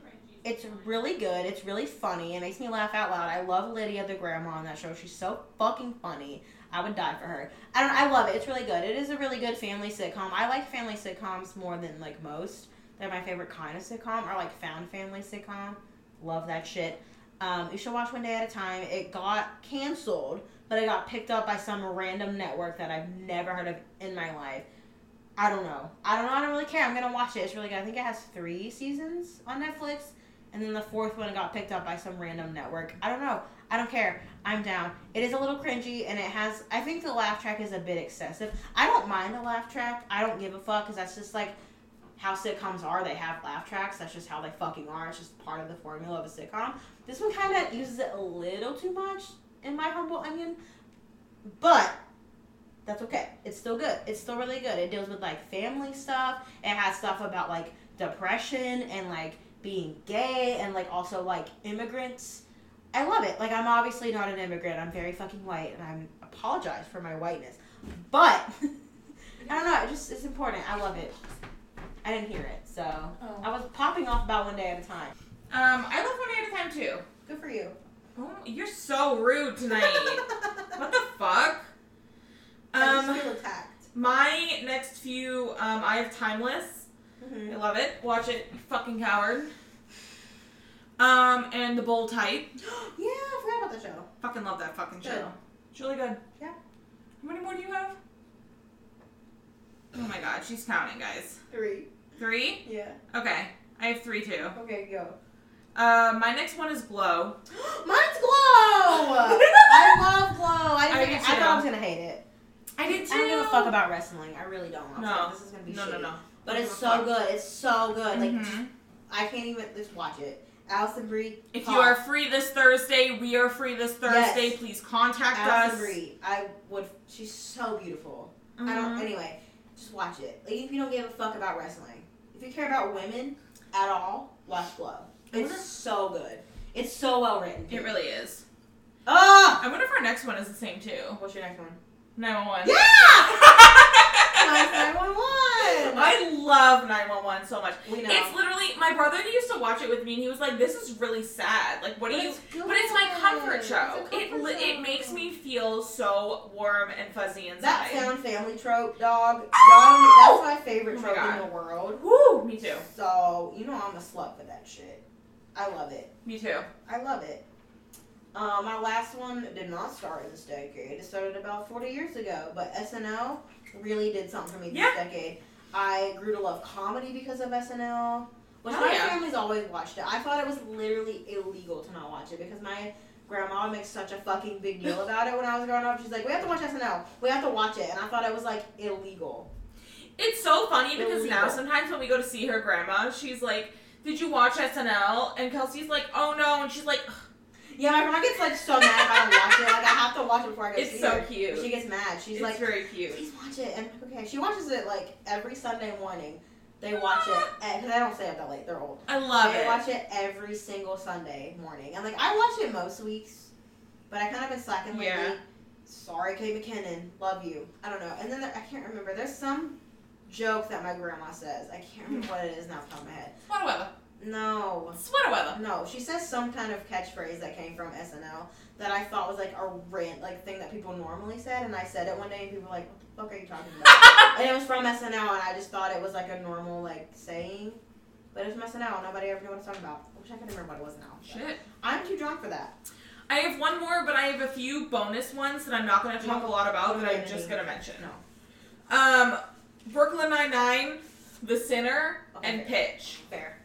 S3: It's really good. It's really funny. It makes me laugh out loud. I love Lydia the grandma on that show. She's so fucking funny. I would die for her. I don't. I love it. It's really good. It is a really good family sitcom. I like family sitcoms more than like most. They're my favorite kind of sitcom. Or like found family sitcom. Love that shit. Um, you should watch one day at a time. It got canceled, but it got picked up by some random network that I've never heard of in my life. I don't know. I don't know. I don't really care. I'm gonna watch it. It's really good. I think it has three seasons on Netflix, and then the fourth one got picked up by some random network. I don't know. I don't care. I'm down. It is a little cringy, and it has. I think the laugh track is a bit excessive. I don't mind the laugh track. I don't give a fuck because that's just like how sitcoms are. They have laugh tracks. That's just how they fucking are. It's just part of the formula of a sitcom. This one kind of uses it a little too much, in my humble onion. But that's okay. It's still good. It's still really good. It deals with like family stuff. It has stuff about like depression and like being gay and like also like immigrants. I love it. Like I'm obviously not an immigrant. I'm very fucking white, and I'm apologize for my whiteness. But I don't know. It just it's important. I love it. I didn't hear it, so
S4: Oh.
S3: I was popping off about one day at a time.
S1: Um, I love One Day at a Time too.
S3: Good for you.
S1: Oh, you're so rude tonight. what the fuck?
S4: I
S1: Um,
S4: just feel attacked.
S1: my next few, um, I have Timeless. I love it. Watch it, you fucking coward. Um, and The Bold Type.
S3: Yeah, I forgot about the show.
S1: Fucking love that fucking show.
S3: Good.
S1: It's really good.
S3: Yeah.
S1: How many more do you have? Oh my god, she's counting, guys.
S4: Three.
S1: Three?
S4: Yeah.
S1: Okay. I have three too.
S4: Okay, go.
S1: Uh, my next one is Glow.
S3: Mine's Glow. I love Glow. I,
S1: I
S3: didn't
S1: do
S3: think, I thought I was
S1: too.
S3: gonna hate it.
S1: I did too.
S3: I don't give a fuck about wrestling. I really don't. I was
S1: No.
S3: like, this is gonna be
S1: No,
S3: shitty.
S1: no, no.
S3: But
S1: Don't
S3: it's
S1: give a
S3: so
S1: fuck.
S3: good. It's so good. Like
S1: Mhm.
S3: I can't even just watch it. Allison Brie.
S1: If
S3: hot.
S1: you are free this Thursday, we are free this Thursday.
S3: Yes.
S1: Please contact
S3: Allison
S1: us.
S3: Brie, I would. She's so beautiful. I
S1: Mhm.
S3: don't. Anyway, just watch it. Like, if you don't give a fuck about wrestling, if you care about women at all, watch Glow. It's
S1: wonder-
S3: so good. It's so well written.
S1: It really is.
S3: Ah.
S1: I wonder if our next one is the same too.
S3: What's your next one?
S1: Nine one one.
S3: Yeah. Nine one one.
S1: I love nine one one so much.
S3: We know.
S1: It's literally my brother used to watch it with me, and he was like, "This is really sad. Like, what do you?"
S3: good.
S1: But it's my comfort
S3: It's a
S1: show.
S3: comfort
S1: it li-
S3: show.
S1: it makes me feel so warm and fuzzy inside.
S3: That sound family trope, dog. Y'all,
S1: Ow!
S3: that's my favorite
S1: Oh my
S3: trope in
S1: God.
S3: the world.
S1: Woo! Me too.
S3: So you know I'm a slut for that shit. I love it.
S1: Me too.
S3: I love it. Uh, my last one did not start in this decade. It started about 40 years ago, but SNL really did something for me this
S1: Yeah.
S3: decade. I grew to love comedy because of SNL, which
S1: Oh,
S3: my
S1: yeah.
S3: family's always watched it. I thought it was literally illegal to not watch it because my grandma makes such a fucking big deal about it when I was growing up. She's like, "We have to watch SNL. We have to watch it," and I thought it was like illegal.
S1: It's so funny
S3: It
S1: because
S3: was
S1: now
S3: evil.
S1: sometimes when we go to see her grandma, she's like, "Did you watch SNL?" And Kelsey's like, "Oh no," and she's like,
S3: Yeah, my grandma gets like so mad if I don't watch it. Like I have to watch it before I go
S1: "It's
S3: see
S1: so
S3: her.
S1: cute."
S3: She gets mad. She's
S1: it's
S3: like,
S1: very cute.
S3: please watch it. And I'm like, okay, she watches it like every Sunday morning. They watch it because I don't stay up that late. They're old.
S1: I love
S3: they
S1: it.
S3: watch it every single Sunday morning. And like I watch it most weeks, but I kind of been slacking lately.
S1: Yeah.
S3: Sorry, Kate McKinnon. Love you. I don't know. And then there, I can't remember. There's some joke that my grandma says. I can't remember what it is now off the top of my head.
S1: Sweater weather.
S3: No.
S1: Sweater weather.
S3: No, she says some kind of catchphrase that came from SNL that I thought was like a rant, like thing that people normally said, and I said it one day, and people were like, "What the fuck are you talking about?" and it was from SNL, and I just thought it was like a normal like saying, but it was from SNL. Nobody ever knew what I was talking about. I wish I could remember what it was now. but
S1: Shit.
S3: I'm too drunk for that.
S1: I have one more, but I have a few bonus ones that I'm not going to talk a lot about that I'm just going to mention.
S3: No.
S1: Um, Brooklyn Nine Nine, The Sinner, and Pitch.
S3: Fair.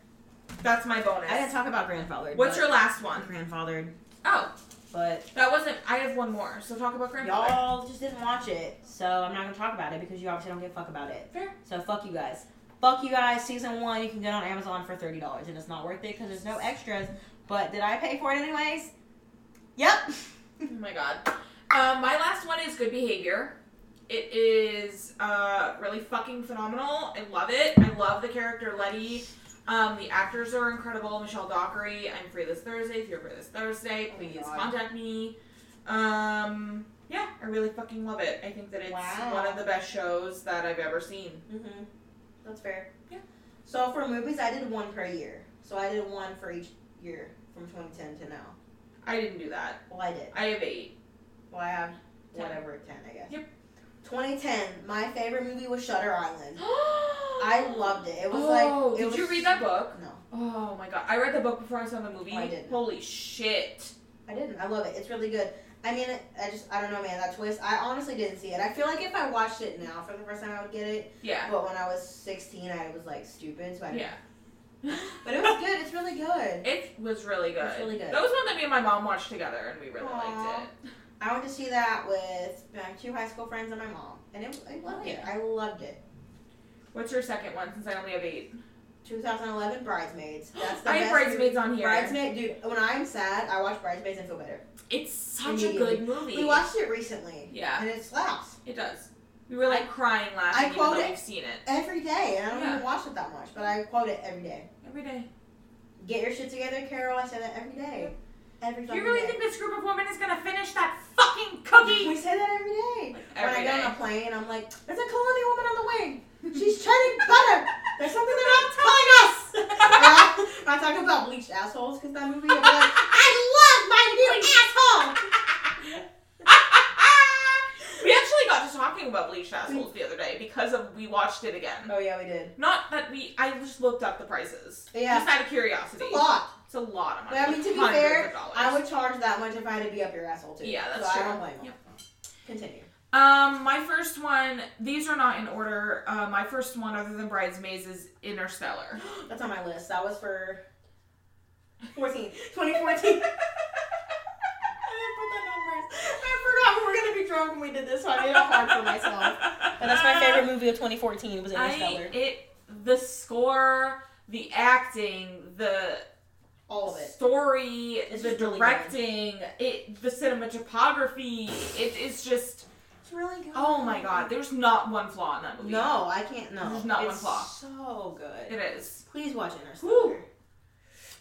S1: That's my bonus.
S3: I didn't talk about grandfathered.
S1: What's
S3: but-
S1: your last one?
S3: grandfathered?
S1: Oh,
S3: But
S1: that wasn't. I have one more. So talk about grandfather.
S3: y'all just didn't watch it, so I'm not gonna talk about it because you obviously don't give a fuck about it.
S1: Fair.
S3: So fuck you guys. Fuck you guys. Season one, you can get on Amazon for thirty dollars, and it's not worth it because there's no extras. But did I pay for it anyways? Yep.
S1: Oh my god. Um, my last one is Good Behavior. It is uh, really fucking phenomenal. I love it. I love the character Letty. Um, the actors are incredible. Michelle Dockery. I'm free this Thursday. If you're free this Thursday,
S3: Oh my
S1: please
S3: God.
S1: contact me. Um, yeah, I really fucking love it. I think that it's
S3: Wow.
S1: one of the best shows that I've ever seen.
S3: Mm-hmm. That's fair.
S1: Yeah.
S3: So for movies, I did one per year. So I did one for each year from 2010 to now.
S1: I didn't do that.
S3: Well, I did.
S1: I have eight.
S3: Well, I have
S1: Ten.
S3: whatever ten, I guess.
S1: Yep.
S3: 2010, my favorite movie was Shutter Island. I loved it. It was
S1: oh,
S3: like. It
S1: did
S3: was,
S1: you read that book?
S3: No,
S1: Oh my god, I read the book before I saw the movie.
S3: I didn't.
S1: Holy shit!
S3: I didn't. I love it. It's really good. I mean, I just, I don't know, man. That twist, I honestly didn't see it. I feel like if I watched it now for the first time, I would get it.
S1: Yeah,
S3: But when I was 16, I was like stupid, so I didn't.
S1: yeah.
S3: But it was good. It's really good.
S1: It was really good.
S3: It's really good.
S1: That was one that me and my mom watched together, and we really
S3: Aw.
S1: liked it.
S3: I went to see that with my two high school friends and my mom, and it, I loved it.
S1: Oh, Yeah.
S3: I loved it.
S1: What's your second one? Since I only have eight,
S3: 2011 Bridesmaids. That's the
S1: I
S3: best
S1: have bridesmaids on
S3: movie.
S1: here.
S3: Bridesmaid, dude. When I'm sad, I watch Bridesmaids and feel better.
S1: It's such a good movie.
S3: We watched it recently,
S1: Yeah,
S3: and it slaps
S1: it does. We were like crying laughing.
S3: I
S1: even
S3: quote
S1: though
S3: it-
S1: We've seen it
S3: every day, and I don't
S1: Yeah.
S3: even watch it that much, but I quote it every day.
S1: every day.
S3: Get your shit together, Carol. I say that every day. Every
S1: You
S3: fucking
S1: really
S3: day.
S1: think this group of women is gonna finish that fucking cookie?
S3: we say that every day. when I
S1: Every
S3: get
S1: day.
S3: on a plane, I'm like, there's a colony woman on the wing. She's treading butter. There's something they're not telling us. And I- I talk about bleached assholes because that movie. I'm like, I love my new asshole.
S1: we actually got to talking about bleached assholes the other day because of we watched it again.
S3: Oh yeah, we did.
S1: Not that we, I just looked up the prices.
S3: Yeah.
S1: Just out of curiosity.
S3: It's a lot.
S1: It's a lot of money.
S3: But I mean, to be
S1: Hundreds of
S3: fair,
S1: dollars.
S3: I would charge that much if I had to be up your asshole too.
S1: Yeah, that's
S3: so
S1: true.
S3: I don't blame them.
S1: Yep.
S3: Continue.
S1: Um, my first one. These are not in order. Uh, my first one, other than bridesmaids, is Interstellar.
S3: That's on my list. That was for 14, 2014. I forgot we were gonna be drunk when we did this, so I made it hard for myself. And that's my favorite movie of 2014 was
S1: I
S3: Interstellar.
S1: it the score, the acting, the
S3: All of it.
S1: story,
S3: It's
S1: the
S3: just really good.
S1: directing, it the cinematography. It is just
S3: It's really good.
S1: oh my god. There's not one flaw in that movie.
S3: No, I can't. No,
S1: There's not one
S3: It's
S1: flaw.
S3: So good.
S1: it is.
S3: Please watch Interstellar.
S1: Woo.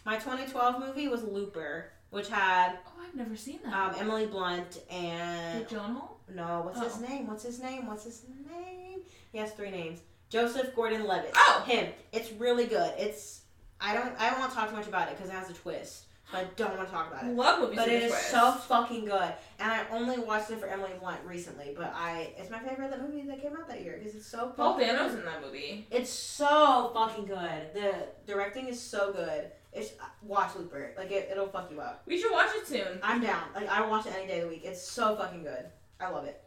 S3: My 2012 movie was Looper, which had
S1: Oh, I've never seen that.
S3: um, Emily Blunt and
S1: Jake Gyllenhaal.
S3: no, what's his
S1: Oh.
S3: name? What's his name? What's his name? He has three names. Joseph Gordon-Levitt.
S1: Oh.
S3: him. It's really good. It's I don't I don't want to talk too much about it because it has a twist. So I don't want to talk about it.
S1: Love movies.
S3: But
S1: with
S3: it is
S1: twists.
S3: so fucking good, and I only watched it for Emily Blunt recently. But I, it's my favorite of the movies that came out that year because it's so.
S1: Paul
S3: fucking
S1: Dano's
S3: good.
S1: in that movie.
S3: It's so fucking good. The directing is so good. It's uh, watch Looper. Like it, it'll fuck you up.
S1: We should watch it soon.
S3: I'm down. Like I watch it any day of the week. It's so fucking good. I love it.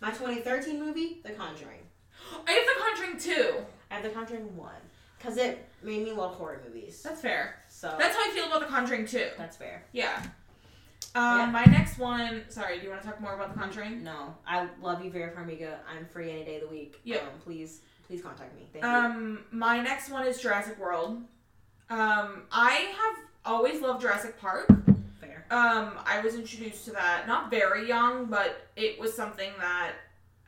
S3: My 2013 movie, The Conjuring.
S1: I have The Conjuring too.
S3: I have The Conjuring one because it made me love horror movies.
S1: That's fair.
S3: So
S1: That's how I feel about The Conjuring too.
S3: that's fair.
S1: Yeah. Um,
S3: Yeah.
S1: My next one. Sorry, do you want to talk more about The Conjuring?
S3: No, I love you, Vera Farmiga. I'm free any day of the week.
S1: Yep.
S3: Um, please, please contact me. Thank you.
S1: Um, my next one is Jurassic World. Um, I have always loved Jurassic Park.
S3: Fair.
S1: Um, I was introduced to that not very young, but it was something that.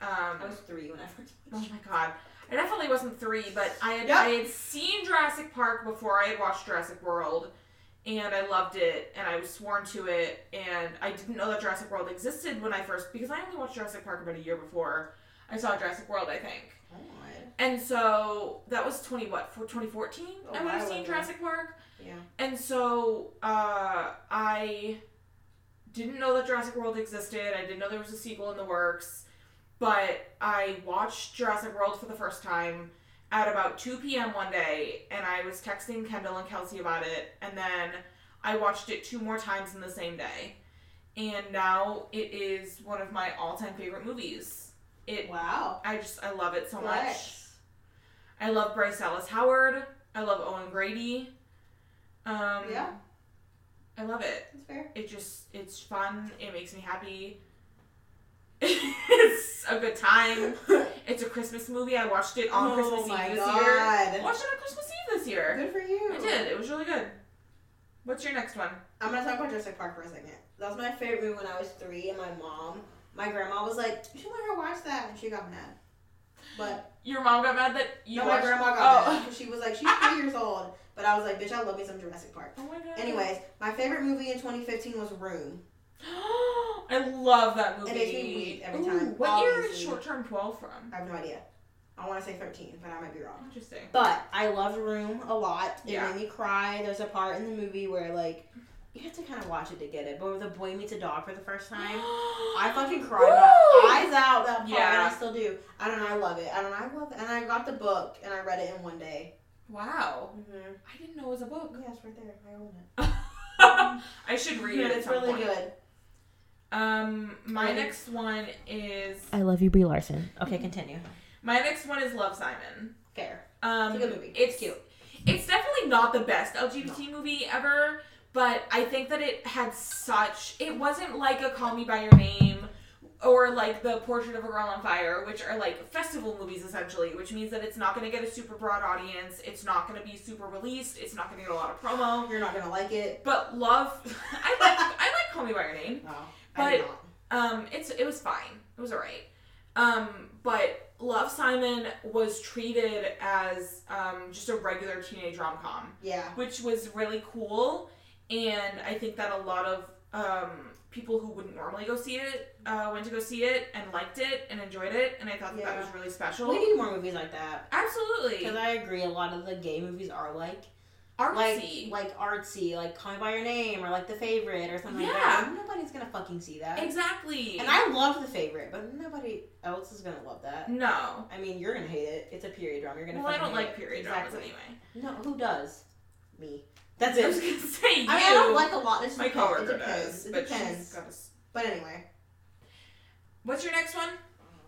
S1: Um,
S3: I was three when I first
S1: oh
S3: watched.
S1: my god. I definitely wasn't three, but I had,
S3: Yeah.
S1: I had seen Jurassic Park before I had watched Jurassic World, and I loved it, and I was sworn to it, and I didn't know that Jurassic World existed when I first because I only watched Jurassic Park about a year before I saw Jurassic World, I think.
S3: God.
S1: And so that was 20 what? For 2014?
S3: Oh,
S1: I would have
S3: wow,
S1: seen
S3: okay.
S1: Jurassic Park.
S3: Yeah.
S1: And so uh, I didn't know that Jurassic World existed. I didn't know there was a sequel in the works. But I watched Jurassic World for the first time at about 2 p.m. one day, and I was texting Kendall and Kelsey about it. And then I watched it two more times in the same day. And now it is one of my all time favorite movies. It,
S3: Wow.
S1: I just, I love it so much.
S3: Flex.
S1: I love Bryce Dallas Howard. I love Owen Grady. Um,
S3: Yeah.
S1: I love it.
S3: That's fair.
S1: It just it's fun. It makes me happy. it's a good time. It's a Christmas movie. I watched it
S3: Oh
S1: on Christmas Eve this year. I watched it on Christmas Eve this year.
S3: Good for you.
S1: I did. It was really good. What's your next one?
S3: I'm gonna talk about Jurassic Park for a second. That was my favorite movie when I was three, and my mom, my grandma was like, "You should let her watch that," and she got mad. But
S1: Your mom got mad that you
S3: no,
S1: watched.
S3: my grandma
S1: oh.
S3: got mad 'cause she was like, "She's three years old," but I was like, "Bitch, I love me some Jurassic Park."
S1: Oh my god.
S3: Anyways, my favorite movie in 2015 was Room.
S1: I love that movie.
S3: It makes me weep every
S1: Ooh,
S3: time,
S1: what year is
S3: obviously.
S1: Short Term 12 from?
S3: I have no idea. I want to say 13, but I might be wrong.
S1: Interesting.
S3: But I loved Room a lot. It
S1: Yeah.
S3: made me cry. There's a part in the movie where like you have to kind of watch it to get it. But with the boy meets a dog for the first time, I
S1: I
S3: fucking cried my
S1: Woo!
S3: eyes out that part,
S1: Yeah.
S3: and I still do. I don't know. I love it. I don't know. I love it. And I got the book and I read it in one day.
S1: Wow.
S3: Mm-hmm.
S1: I didn't know it was a book.
S3: Yeah, it's right there. I own it.
S1: I should read it.
S3: Yeah,
S1: at
S3: it's
S1: some
S3: really
S1: point.
S3: good.
S1: Um, my
S3: Um,
S1: next one is
S4: I love you, Brie Larson. Okay, continue.
S1: my next one is Love Simon.
S3: Mm-hmm. Fair.
S1: Um,
S3: It's a good movie.
S1: It's
S3: Cute.
S1: It's definitely not the best LGBT movie ever, but I think that it had such. It wasn't like a Call Me by Your Name or like the Portrait of a Girl on Fire, which are like festival movies essentially, which means that it's not going to get a super broad audience. It's not going to be super released. It's not going to get a lot of promo.
S3: You're not gonna like it.
S1: But love, I like I like Call Me by Your Name.
S3: No,
S1: But-
S3: I did not.
S1: Um, it's it was fine. It was alright. Um, but Love Simon was treated as um, just a regular teenage rom com,
S3: Yeah.
S1: which was really cool, and I think that a lot of um, people who wouldn't normally go see it uh, went to go see it and liked it and enjoyed it, and I thought that that
S3: Yeah.
S1: was really special.
S3: We need more movies like that. Because
S1: Absolutely,
S3: I agree, a lot of the gay movies are like like
S1: artsy.
S3: like artsy, like Call Me by Your Name or like The Favorite or something like that. Nobody's gonna fucking see that.
S1: exactly.
S3: And I love The Favorite, but nobody else is gonna love that.
S1: no.
S3: I mean, you're gonna hate it. It's a period drama. You're gonna.
S1: Well, I
S3: fucking
S1: don't
S3: hate
S1: like
S3: it.
S1: period
S3: exactly.
S1: dramas anyway.
S3: No, who does? Me. That's
S1: I was
S3: it.
S1: gonna say you.
S3: I mean, I don't like a lot. It's
S1: my coworker
S3: it depends.
S1: does,
S3: It
S1: but she's
S3: depends.
S1: got a s-
S3: But anyway,
S1: What's your next one?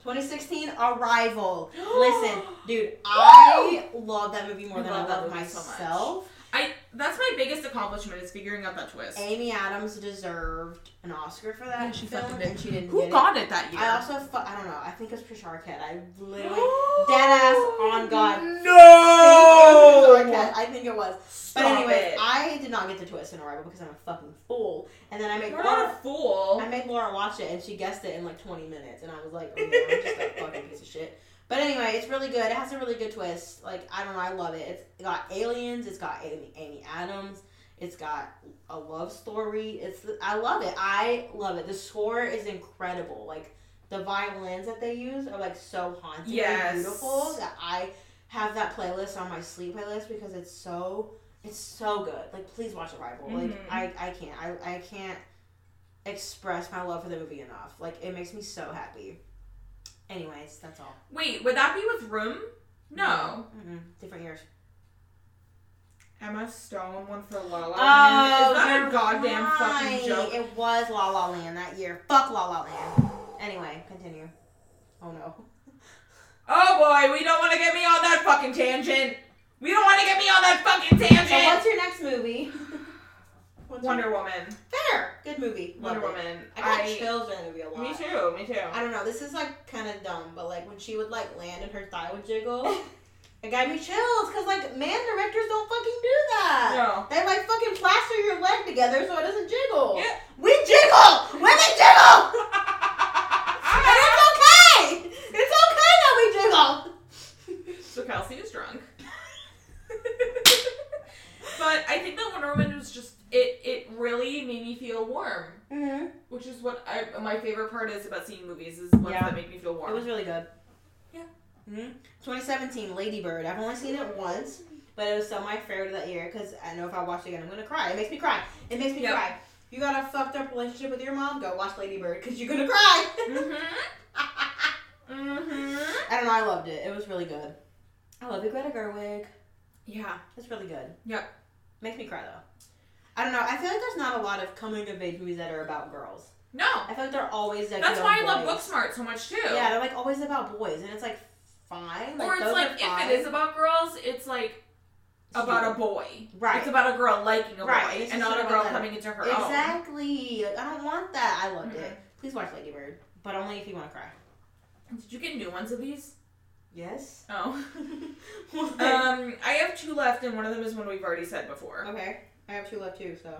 S3: 2016 Arrival. Listen, dude, I love that movie more
S1: I
S3: than I
S1: love that
S3: love
S1: movie so much.
S3: myself.
S1: I that's my biggest accomplishment is figuring out that twist.
S3: Amy Adams deserved an Oscar for that
S1: Yeah, she
S3: film,
S1: fucking did.
S3: and she didn't.
S1: Who
S3: get
S1: got it that
S3: It.
S1: year?
S3: I also, fu- I don't know. I think it's Chris Arquette. I literally dead ass on God.
S1: No.
S3: think it was Chris Arquette. I think it was. But anyways, I did not get the twist in Arrival because I'm a fucking fool. And then I made
S1: you're
S3: Laura,
S1: not a fool.
S3: I made Laura watch it, and she guessed it in like 20 minutes, and I was like, oh, no, I'm just a fucking piece of shit. But anyway, it's really good. It has a really good twist. Like I don't know, I love it. It's got aliens. It's got Amy, Amy Adams. It's got a love story. It's I love it. I love it. The score is incredible. Like the violins that they use are like so haunting
S1: Yes.
S3: and beautiful that I have that playlist on my sleep playlist because it's so it's so good. Like please watch Arrival.
S1: Mhm.
S3: Like I I can't I I can't express my love for the movie enough. Like it makes me so happy. Anyways, that's all.
S1: Wait, would that be with Room? No.
S3: Mm-mm. Different years.
S1: Emma Stone won for La La Land.
S3: Oh,
S1: is that
S3: you're
S1: a goddamn
S3: right.
S1: fucking joke?
S3: It was La La Land that year. Fuck La La Land. Anyway, continue. Oh no.
S1: Oh boy, we don't want to get me on that fucking tangent. We don't want to get me on that fucking
S3: So what's
S1: tangent.
S3: your next movie? What's your-
S1: Wonder Woman.
S3: Fair. Good movie.
S1: Wonder
S3: Love it.
S1: Woman.
S3: I got chills during the movie a lot.
S1: Me too. Me too.
S3: I don't know. This is like kind of dumb, but like when she would like land and her thigh would jiggle, it got me chills. Cause like man directors don't fucking do that.
S1: No.
S3: They like fucking plaster your leg together so it doesn't jiggle.
S1: Yeah.
S3: We jiggle. Women jiggle. And it's okay! It's okay that we jiggle!
S1: So Kelsey is drunk. but I think that Wonder Woman was just it it really made me feel warm.
S3: Mm-hmm.
S1: Which is what I, my favorite part is about seeing movies is ones
S3: Yeah.
S1: that make me feel warm.
S3: It was really good.
S1: Yeah.
S3: Mm-hmm. 2017, Lady Bird. I've only seen it once, but it was so my favorite that year because I know if I watch it again, I'm going to cry. It makes me cry. It makes me
S1: Yep.
S3: cry. You got a fucked up relationship with your mom? Go watch Lady Bird because you're going to cry.
S1: mm-hmm. mm-hmm.
S3: I don't know. I loved it. It was really good. I love you, Greta Gerwig.
S1: Yeah.
S3: It's really good.
S1: Yep.
S3: Makes me cry, though. I don't know. I feel like there's not a lot of coming of age movies that are about girls.
S1: No.
S3: I feel like they're always like
S1: That's
S3: young
S1: why I love
S3: boys.
S1: Booksmart so much too.
S3: Yeah, they're like always about boys, and it's like fine. Like,
S1: or it's
S3: those
S1: like
S3: are
S1: if
S3: fine.
S1: it is about girls, it's like about a boy.
S3: right,
S1: It's about a girl liking a
S3: Right,
S1: boy
S3: it's
S1: and
S3: just
S1: not a
S3: about
S1: girl
S3: that.
S1: coming into her own. Mm-hmm.
S3: exactly. Like I don't want that. I loved it. Please watch Lady Bird, but only if you want to cry.
S1: Did you get new ones of these?
S3: Yes.
S1: Oh.
S3: okay.
S1: Um, I have two left, and one of them is one we've already said before.
S3: okay, I have two left too. So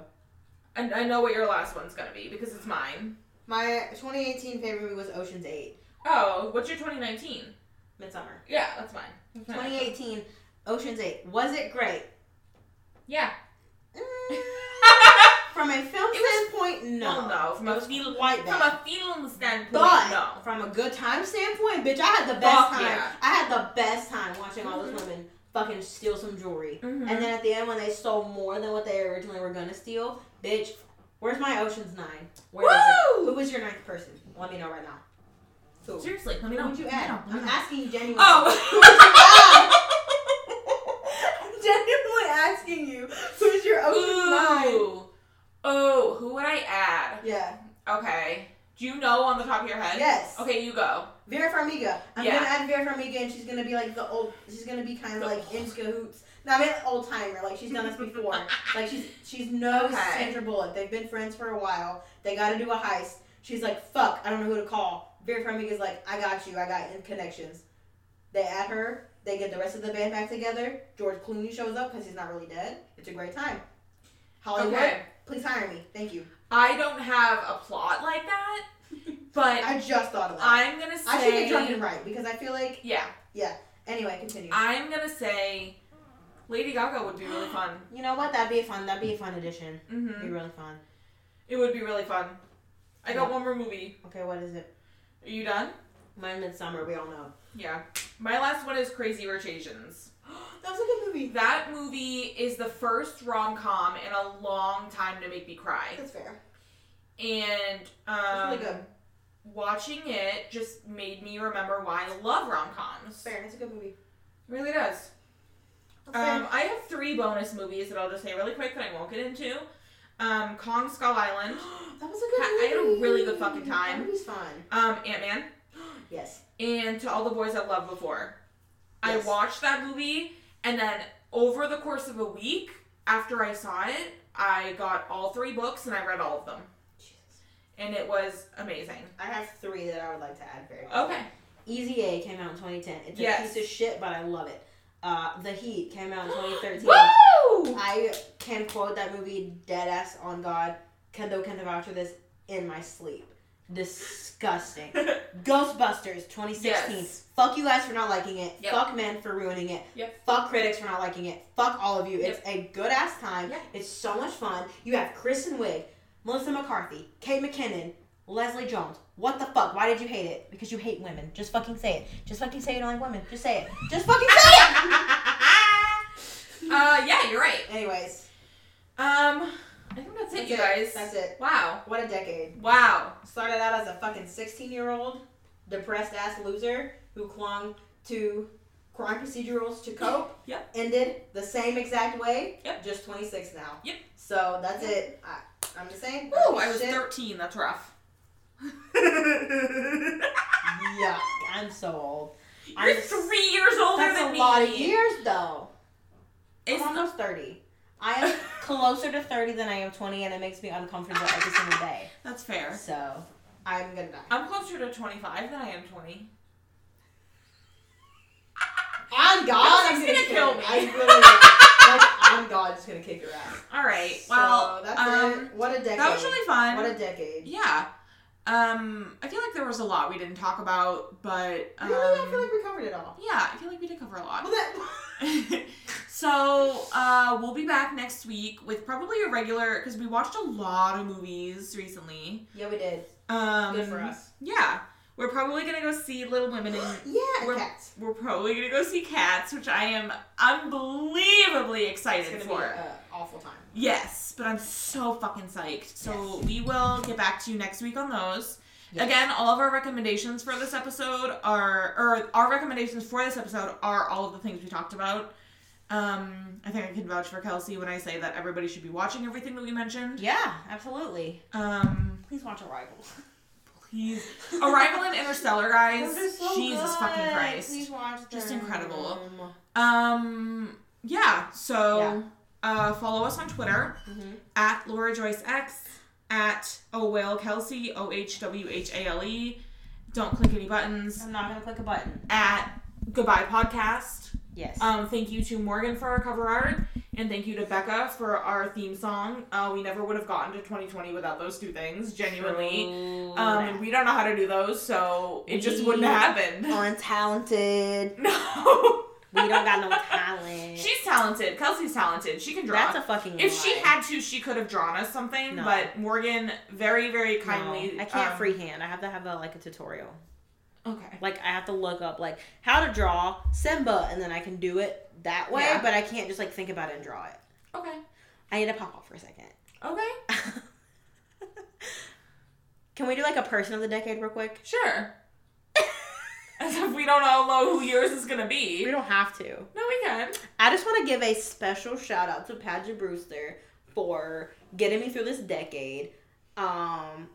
S1: And I know what your last one's gonna be because it's mine.
S3: my 2018 favorite movie was Ocean's Eight,
S1: Oh, what's your 2019?
S3: Midsummer.
S1: Yeah, that's mine. That's mine.
S3: 2018, Ocean's Eight. Was it great?
S1: Yeah.
S3: Mm, from a film
S1: It
S3: standpoint, no.
S1: Well, no, from
S3: It
S1: a
S3: was
S1: film,
S3: quite
S1: from
S3: bad.
S1: a film standpoint,
S3: But
S1: no.
S3: from a good time standpoint, bitch, I had the best
S1: Fuck
S3: time.
S1: yeah. Mm-hmm.
S3: I had the best time watching all those women fucking steal some jewelry.
S1: Mhm.
S3: And then at the end, when they stole more than what they originally were gonna steal, bitch, where's my Ocean's Nine? Where is it? Who was your ninth person? Let me know right now. Who?
S1: Seriously, let me
S3: Who
S1: know.
S3: would you
S1: Let me
S3: add?
S1: know, let me
S3: I'm
S1: know.
S3: asking you genuinely. I'm genuinely asking you, who's your Ocean's Nine?
S1: Ooh. Oh, who would I add?
S3: Yeah.
S1: Okay. Do you know on the top of your head?
S3: Yes.
S1: Okay, you go.
S3: Vera Farmiga. I'm
S1: Yeah.
S3: gonna add Vera Farmiga, and she's gonna be like the old. She's gonna be kind of like in cahoots. No, I mean like old timer. Like she's done this before. like she's she's no
S1: Okay.
S3: Sandra Bullock. They've been friends for a while. They got to do a heist. She's like, fuck, I don't know who to call. Vera Farmiga's like, I got you. I got in connections. They add her. They get the rest of the band back together. George Clooney shows up because he's not really dead. It's a great time. Hollywood,
S1: Okay.
S3: please hire me. Thank you.
S1: I don't have a plot like that, but
S3: I just thought of that.
S1: I'm gonna say.
S3: I should get drunk and write because I feel like
S1: yeah,
S3: anyway. Continue.
S1: I'm gonna say Lady Gaga would be really fun.
S3: You know what? That'd be fun. That'd be a fun addition. It'd
S1: hmm
S3: be really fun.
S1: It would be really fun. I got
S3: Yeah.
S1: one more movie.
S3: Okay, what is it?
S1: Are you done?
S3: My Midsummer. We all know.
S1: Yeah. My last one is Crazy Rich Asians.
S3: that was a good movie.
S1: That movie is the first rom com in a long time to make me cry.
S3: That's fair.
S1: And
S3: That's
S1: um,
S3: really good.
S1: watching it just made me remember why I love rom coms.
S3: That's fair. That's a good movie.
S1: It really does.
S3: That's fair.
S1: Um, I have three bonus movies that I'll just say really quick that I won't get into. Um, Kong Skull Island,
S3: that was a good
S1: I- I
S3: movie.
S1: had a really good fucking time.
S3: That movie's fun.
S1: um, Ant Man,
S3: Yes.
S1: and To All the Boys I've Loved Before.
S3: Yes.
S1: I watched that movie, and then over the course of a week after I saw it, I got all three books and I read all of them.
S3: Jesus.
S1: and it was amazing.
S3: I have three that I would like to add. Very quickly.
S1: Okay.
S3: Easy A came out in 2010. It's
S1: Yes.
S3: a piece of shit, but I love it. Uh, the Heat came out in 2013.
S1: Woo!
S3: I can quote that movie dead ass on God. Kendo can vouch for this in my sleep. Disgusting. Ghostbusters 2016.
S1: Yes.
S3: Fuck you guys for not liking it.
S1: Yep.
S3: Fuck men for ruining it.
S1: Yep.
S3: Fuck critics for not liking it. Fuck all of you. It's a good ass time.
S1: Yep.
S3: It's so much fun. You have Kristen Wiig, Melissa McCarthy, Kate McKinnon, Leslie Jones. What the fuck? Why did you hate it? Because you hate women. Just fucking say it. Just fucking say you don't like women. Just say it. Just fucking say it.
S1: uh, yeah, you're right.
S3: Anyways,
S1: Um, I think that's it,
S3: That's
S1: you
S3: it.
S1: guys.
S3: That's it.
S1: Wow.
S3: what a decade.
S1: Wow.
S3: started out as a fucking 16 year old depressed ass loser who clung to crime procedurals to cope.
S1: Yep.
S3: Ended the same exact way.
S1: Yep.
S3: Just 26 now.
S1: Yep.
S3: So that's it. I, I'm just saying.
S1: Woo! I was
S3: Oh, Shit.
S1: 13. That's rough.
S3: Yuck. I'm so old.
S1: You're
S3: just-
S1: three years older
S3: That's
S1: than
S3: a
S1: me.
S3: lot of years though.
S1: It's
S3: I'm
S1: not,
S3: almost 30. I am closer to 30 than I am 20, and it makes me uncomfortable every single day.
S1: that's fair.
S3: So I'm gonna die.
S1: I'm closer to 25 than I am 20.
S3: On God,
S1: He's gonna kill me.
S3: I really am. like, on God, just gonna kick your ass.
S1: All right. Well,
S3: so that's
S1: um,
S3: it. What a decade.
S1: that was really fun.
S3: What a decade.
S1: yeah. Um, I feel like there was a lot we didn't talk about, but um,
S3: really, I feel like we covered it all.
S1: yeah, I feel like we did cover a lot.
S3: Well, that,
S1: so uh, we'll be back next week with probably a regular because we watched a lot of movies recently.
S3: yeah, we did.
S1: Um,
S3: Good for us.
S1: Yeah, we're probably gonna go see Little Women, and
S3: Yeah, and
S1: We're-
S3: cats.
S1: we're probably gonna go see Cats, which I am unbelievably
S3: It's
S1: excited
S3: gonna
S1: for.
S3: be an awful time.
S1: Yes, but I'm so fucking psyched. So
S3: Yes.
S1: we will get back to you next week on those.
S3: Yes.
S1: Again, all of our recommendations for this episode are, or our recommendations for this episode are all of the things we talked about. Um, I think I can vouch for Kelsey when I say that everybody should be watching everything that we mentioned.
S3: Yeah, absolutely.
S1: Um,
S3: Please watch Arrivals.
S1: please, Arrival and Interstellar, guys.
S3: Those are so
S1: Jesus
S3: good.
S1: fucking Christ.
S3: Please watch
S1: Just
S3: them.
S1: incredible. Um, yeah. So,
S3: Yeah.
S1: uh, follow us on Twitter
S3: Mhm.
S1: at Laura Joyce X at O Whale Kelsey O H W H A L E. Don't click any buttons.
S3: I'm not gonna click a button.
S1: At Goodbye Podcast.
S3: Yes.
S1: Um, thank you to Morgan for our cover art, and thank you to Becca for our theme song. Uh, we never would have gotten to 2020 without those two things, genuinely.
S3: True
S1: Um, and
S3: that.
S1: we don't know how to do those, so it just
S3: We-
S1: wouldn't have happened.
S3: untalented.
S1: No,
S3: We don't got no talent.
S1: she's talented. Kelsey's talented. She can draw.
S3: That's a fucking.
S1: If she
S3: lie.
S1: had to, she could have drawn us something,
S3: No.
S1: but Morgan very, very
S3: No,
S1: kindly.
S3: I can't
S1: um,
S3: freehand. I have to have a, like a tutorial.
S1: Okay.
S3: Like I have to look up like how to draw Simba, and then I can do it that way.
S1: Yeah.
S3: But I can't just like think about it and draw it.
S1: Okay.
S3: I need to pop off for a second.
S1: Okay.
S3: Can we do like a person of the decade real quick?
S1: Sure. As if we don't all know who yours is gonna be.
S3: We don't have to.
S1: No, we can.
S3: I just want to give a special shout out to Padgett Brewster for getting me through this decade. Um,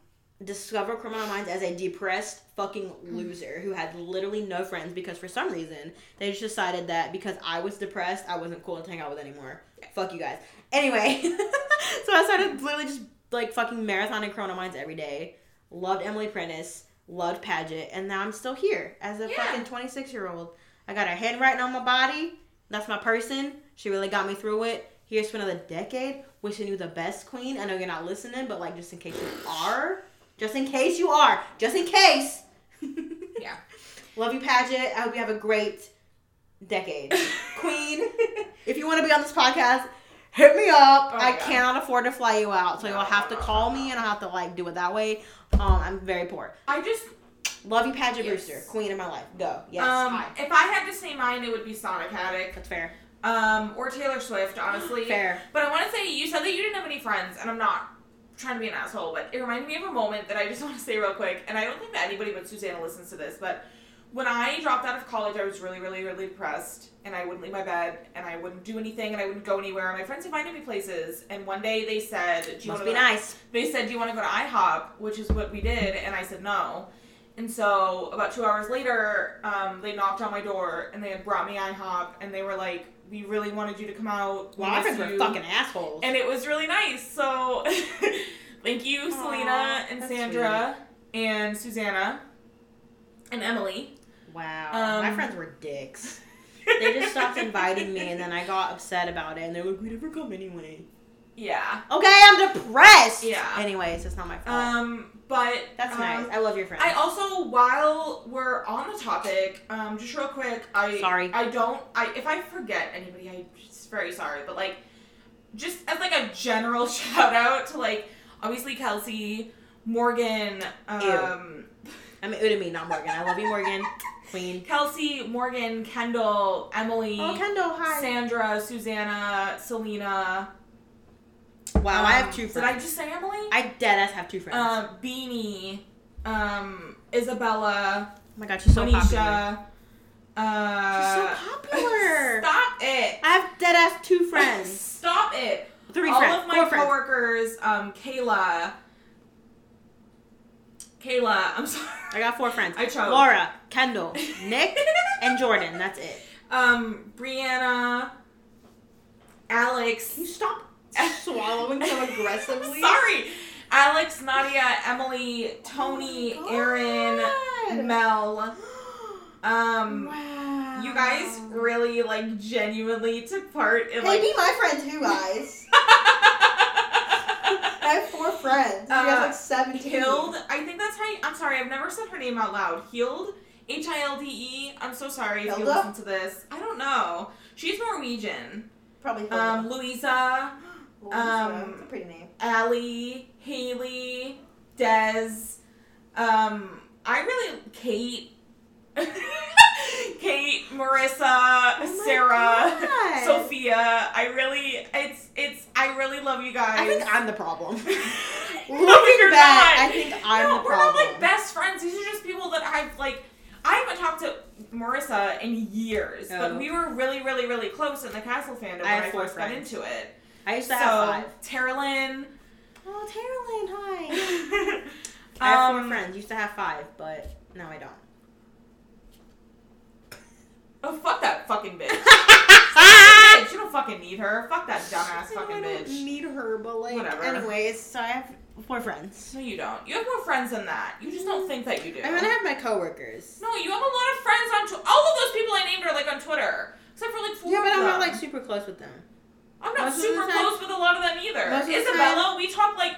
S3: discover Criminal Minds as a depressed fucking loser who had literally no friends because for some reason they just decided that because I was depressed, I wasn't cool to hang out with anymore. Fuck you guys. Anyway, so I started literally just like fucking marathoning Criminal Minds every day. Loved Emily Prentice, loved Padgett, and now I'm still here as a
S1: Yeah.
S3: fucking 26 year old. I got a handwriting on my body. That's my person. She really got me through it. Here's for another decade. Wishing you the best, Queen. I know you're not listening, but like just in case you are, just in case you are, just in case.
S1: Yeah.
S3: Love you, Paget. I hope you have a great decade, Queen. if you want to be on this podcast, hit me up.
S1: Oh my
S3: I
S1: God.
S3: cannot afford to fly you out, so
S1: No,
S3: you'll have
S1: no, no,
S3: to call
S1: no,
S3: me
S1: no.
S3: and I'll have to like do it that way. Um, I'm very poor.
S1: I just
S3: Love you, Paget
S1: Yes.
S3: Brewster, Queen of my life. Go. Yes.
S1: um
S3: hi.
S1: if I had to say mine it would be Sonic Haddock.
S3: That's fair.
S1: Um or Taylor Swift, honestly.
S3: Fair.
S1: But I wanna say you said that you didn't have any friends, and I'm not trying to be an asshole, but it reminded me of a moment that I just wanna say real quick, and I don't think that anybody but Susanna listens to this, but when I dropped out of college, I was really, really, really depressed, and I wouldn't leave my bed, and I wouldn't do anything, and I wouldn't go anywhere. My friends invited me places, and one day they said, "Do you
S3: Must
S1: wanna
S3: be
S1: go to
S3: nice.
S1: they said, Do you want to go to IHOP? Which is what we did. And I said, No. And so about two hours later, um, they knocked on my door and they had brought me IHOP and they were like, We really wanted you to come out. We
S3: Well, my
S1: miss
S3: friends were
S1: you."
S3: fucking assholes.
S1: And it was really nice. So thank you, Selena and
S3: that's
S1: Sandra and Susanna and Emily.
S3: Wow.
S1: Um,
S3: my friends were dicks. They just stopped inviting me, and then I got upset about it, and they were like, we never come anyway.
S1: Yeah.
S3: Okay, I'm depressed!
S1: Yeah.
S3: Anyways, it's not my fault.
S1: Um, but
S3: Oh. That's
S1: um,
S3: nice. I love your friends.
S1: I also, while we're on the topic, um, just real quick, I
S3: Sorry.
S1: I don't I if I forget anybody, I'm just very sorry. But like, just as like a general shout out to like obviously Kelsey, Morgan, um,
S3: I mean, Udemy, not Morgan. I love you, Morgan. Queen.
S1: Kelsey, Morgan, Kendall, Emily,
S3: Oh, Kendall, hi.
S1: Sandra, Susanna, Selena.
S3: wow, I
S1: um,
S3: have two
S1: Did I
S3: friends.
S1: just say Emily?
S3: I, deadass have two friends.
S1: um, Beanie, um, Isabella.
S3: oh my god, she's so popular.
S1: Monisha. Uh,
S3: She's so popular.
S1: Stop it.
S3: I have deadass two friends.
S1: Stop it.
S3: Three
S1: All
S3: friends.
S1: of my
S3: Four friends.
S1: coworkers, um, Kayla. Kayla, I'm sorry.
S3: I got four friends.
S1: I chose.
S3: Laura, Kendall, Nick, and Jordan. That's it.
S1: Um, Brianna. Alex.
S3: Can you stop
S1: I'm sorry. Alex, Nadia, Emily,
S3: Oh
S1: Tony, Erin, Mel. Um,
S3: wow.
S1: you guys really like genuinely took part in
S3: Hey,
S1: like
S3: be my friend too, guys. I have four friends. You
S1: Uh,
S3: guys like seventeen.
S1: Healed. I think that's how. You, I'm sorry. I've never said her name out loud. Healed. H I L D E. I'm so sorry if you
S3: Hilda?
S1: listen to this. I don't know. She's Norwegian.
S3: Probably. four.
S1: Um, Louisa,
S3: Well, that's
S1: um,
S3: a- that's a pretty name.
S1: Allie, Haley, Des. Um, I really Kate. Kate, Marissa,
S3: Oh my
S1: Sarah,
S3: God.
S1: Sophia. I really, it's, it's. I really love you guys.
S3: I think I'm the problem.
S1: No,
S3: Looking
S1: you're
S3: back,
S1: not.
S3: I think I'm
S1: no,
S3: the
S1: we're not like
S3: problem.
S1: best friends. These are just people that I've like. I haven't talked to Marissa in years, but
S3: Oh.
S1: we were really, really, really close in the Castle fandom when
S3: have
S1: I
S3: four
S1: first got
S3: friends.
S1: into it.
S3: I used
S1: so
S3: to have five.
S1: Tara Lynn.
S3: Oh, Taralyn, hi. I have four
S1: um,
S3: friends. Used to have five, but now I don't.
S1: Oh fuck that fucking bitch. Bitch, you don't fucking need her. Fuck that dumbass fucking bitch.
S3: need her, but like,
S1: Whatever.
S3: anyways, so I have four friends.
S1: No, you don't. You have more friends than that. You just don't think that you do.
S3: Mm. I mean, I have my coworkers.
S1: no, you have a lot of friends on. Tw- all of those people I named are like on Twitter, except for like four.
S3: Yeah, but
S1: of
S3: I'm not
S1: them.
S3: like super close with them.
S1: I'm not
S3: Most of the
S1: super
S3: time-
S1: close with a lot of them either.
S3: Most of the
S1: Isabella, we talk like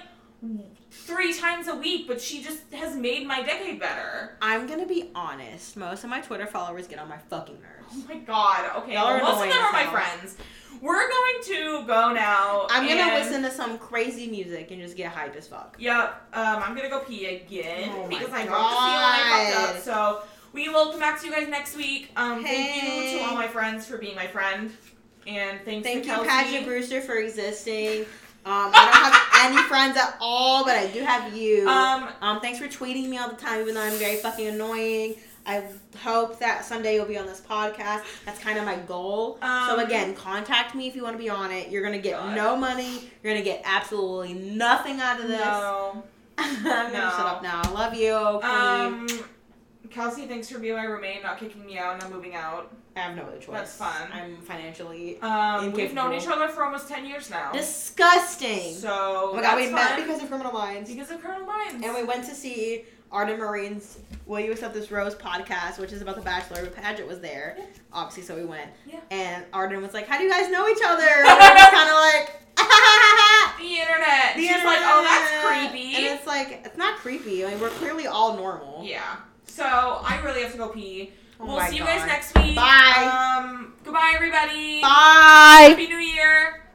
S1: three times a week, but she just has made my decade better.
S3: I'm gonna be honest. Most of my Twitter followers get on my fucking nerves.
S1: Oh my god. Okay,
S3: Y'all are
S1: well, most of
S3: annoying
S1: them
S3: as
S1: are my
S3: hell.
S1: friends. We're going to go now.
S3: I'm gonna
S1: and-
S3: listen to some crazy music and just get hype as fuck.
S1: Yep. Um, I'm gonna go pee again
S3: Oh my
S1: because I broke the seal and I fucked up. So We will come back to you guys next week. Um, Thank you
S3: Hey.
S1: to all my friends for being my friend. And thanks
S3: Thank
S1: to
S3: you,
S1: Kelsey.
S3: Patrick Brewster, for existing. Um, I don't have any friends at all, but I do have you.
S1: Um,
S3: Um, thanks for tweeting me all the time, even though I'm very fucking annoying. I hope that someday you'll be on this podcast. That's kind of my goal. so
S1: Um,
S3: again, contact me if you want to be on it. You're gonna get
S1: God.
S3: no money. You're gonna get absolutely nothing out of this.
S1: no.
S3: I'm gonna
S1: No.
S3: shut up now. I love you. Queen.
S1: Um, Kelsey, thanks for being my roommate, not kicking me out, and I'm moving out.
S3: I have no other choice.
S1: that's fun.
S3: I'm financially
S1: Um, we've known
S3: Incapable.
S1: each other for almost 10 years now.
S3: disgusting.
S1: so,
S3: oh my god,
S1: that's
S3: we met
S1: fun.
S3: because of Criminal Minds.
S1: Because of Colonel Minds.
S3: And we went to see Art and Marine's Will You Accept This Rose podcast, which is about The Bachelor, but Paget was there,
S1: Yeah.
S3: obviously, so we went.
S1: Yeah.
S3: And Arden was like, How do you guys know each other? And I was kind of like,
S1: the internet.
S3: The
S1: She's like, oh,
S3: internet."
S1: that's creepy.
S3: And it's like, It's not creepy. I mean, we're clearly all normal.
S1: yeah. So, I really have to go pee.
S3: Oh
S1: we'll
S3: my
S1: see you
S3: God.
S1: guys next week.
S3: Bye.
S1: Um, goodbye, everybody.
S3: Bye.
S1: Happy New Year.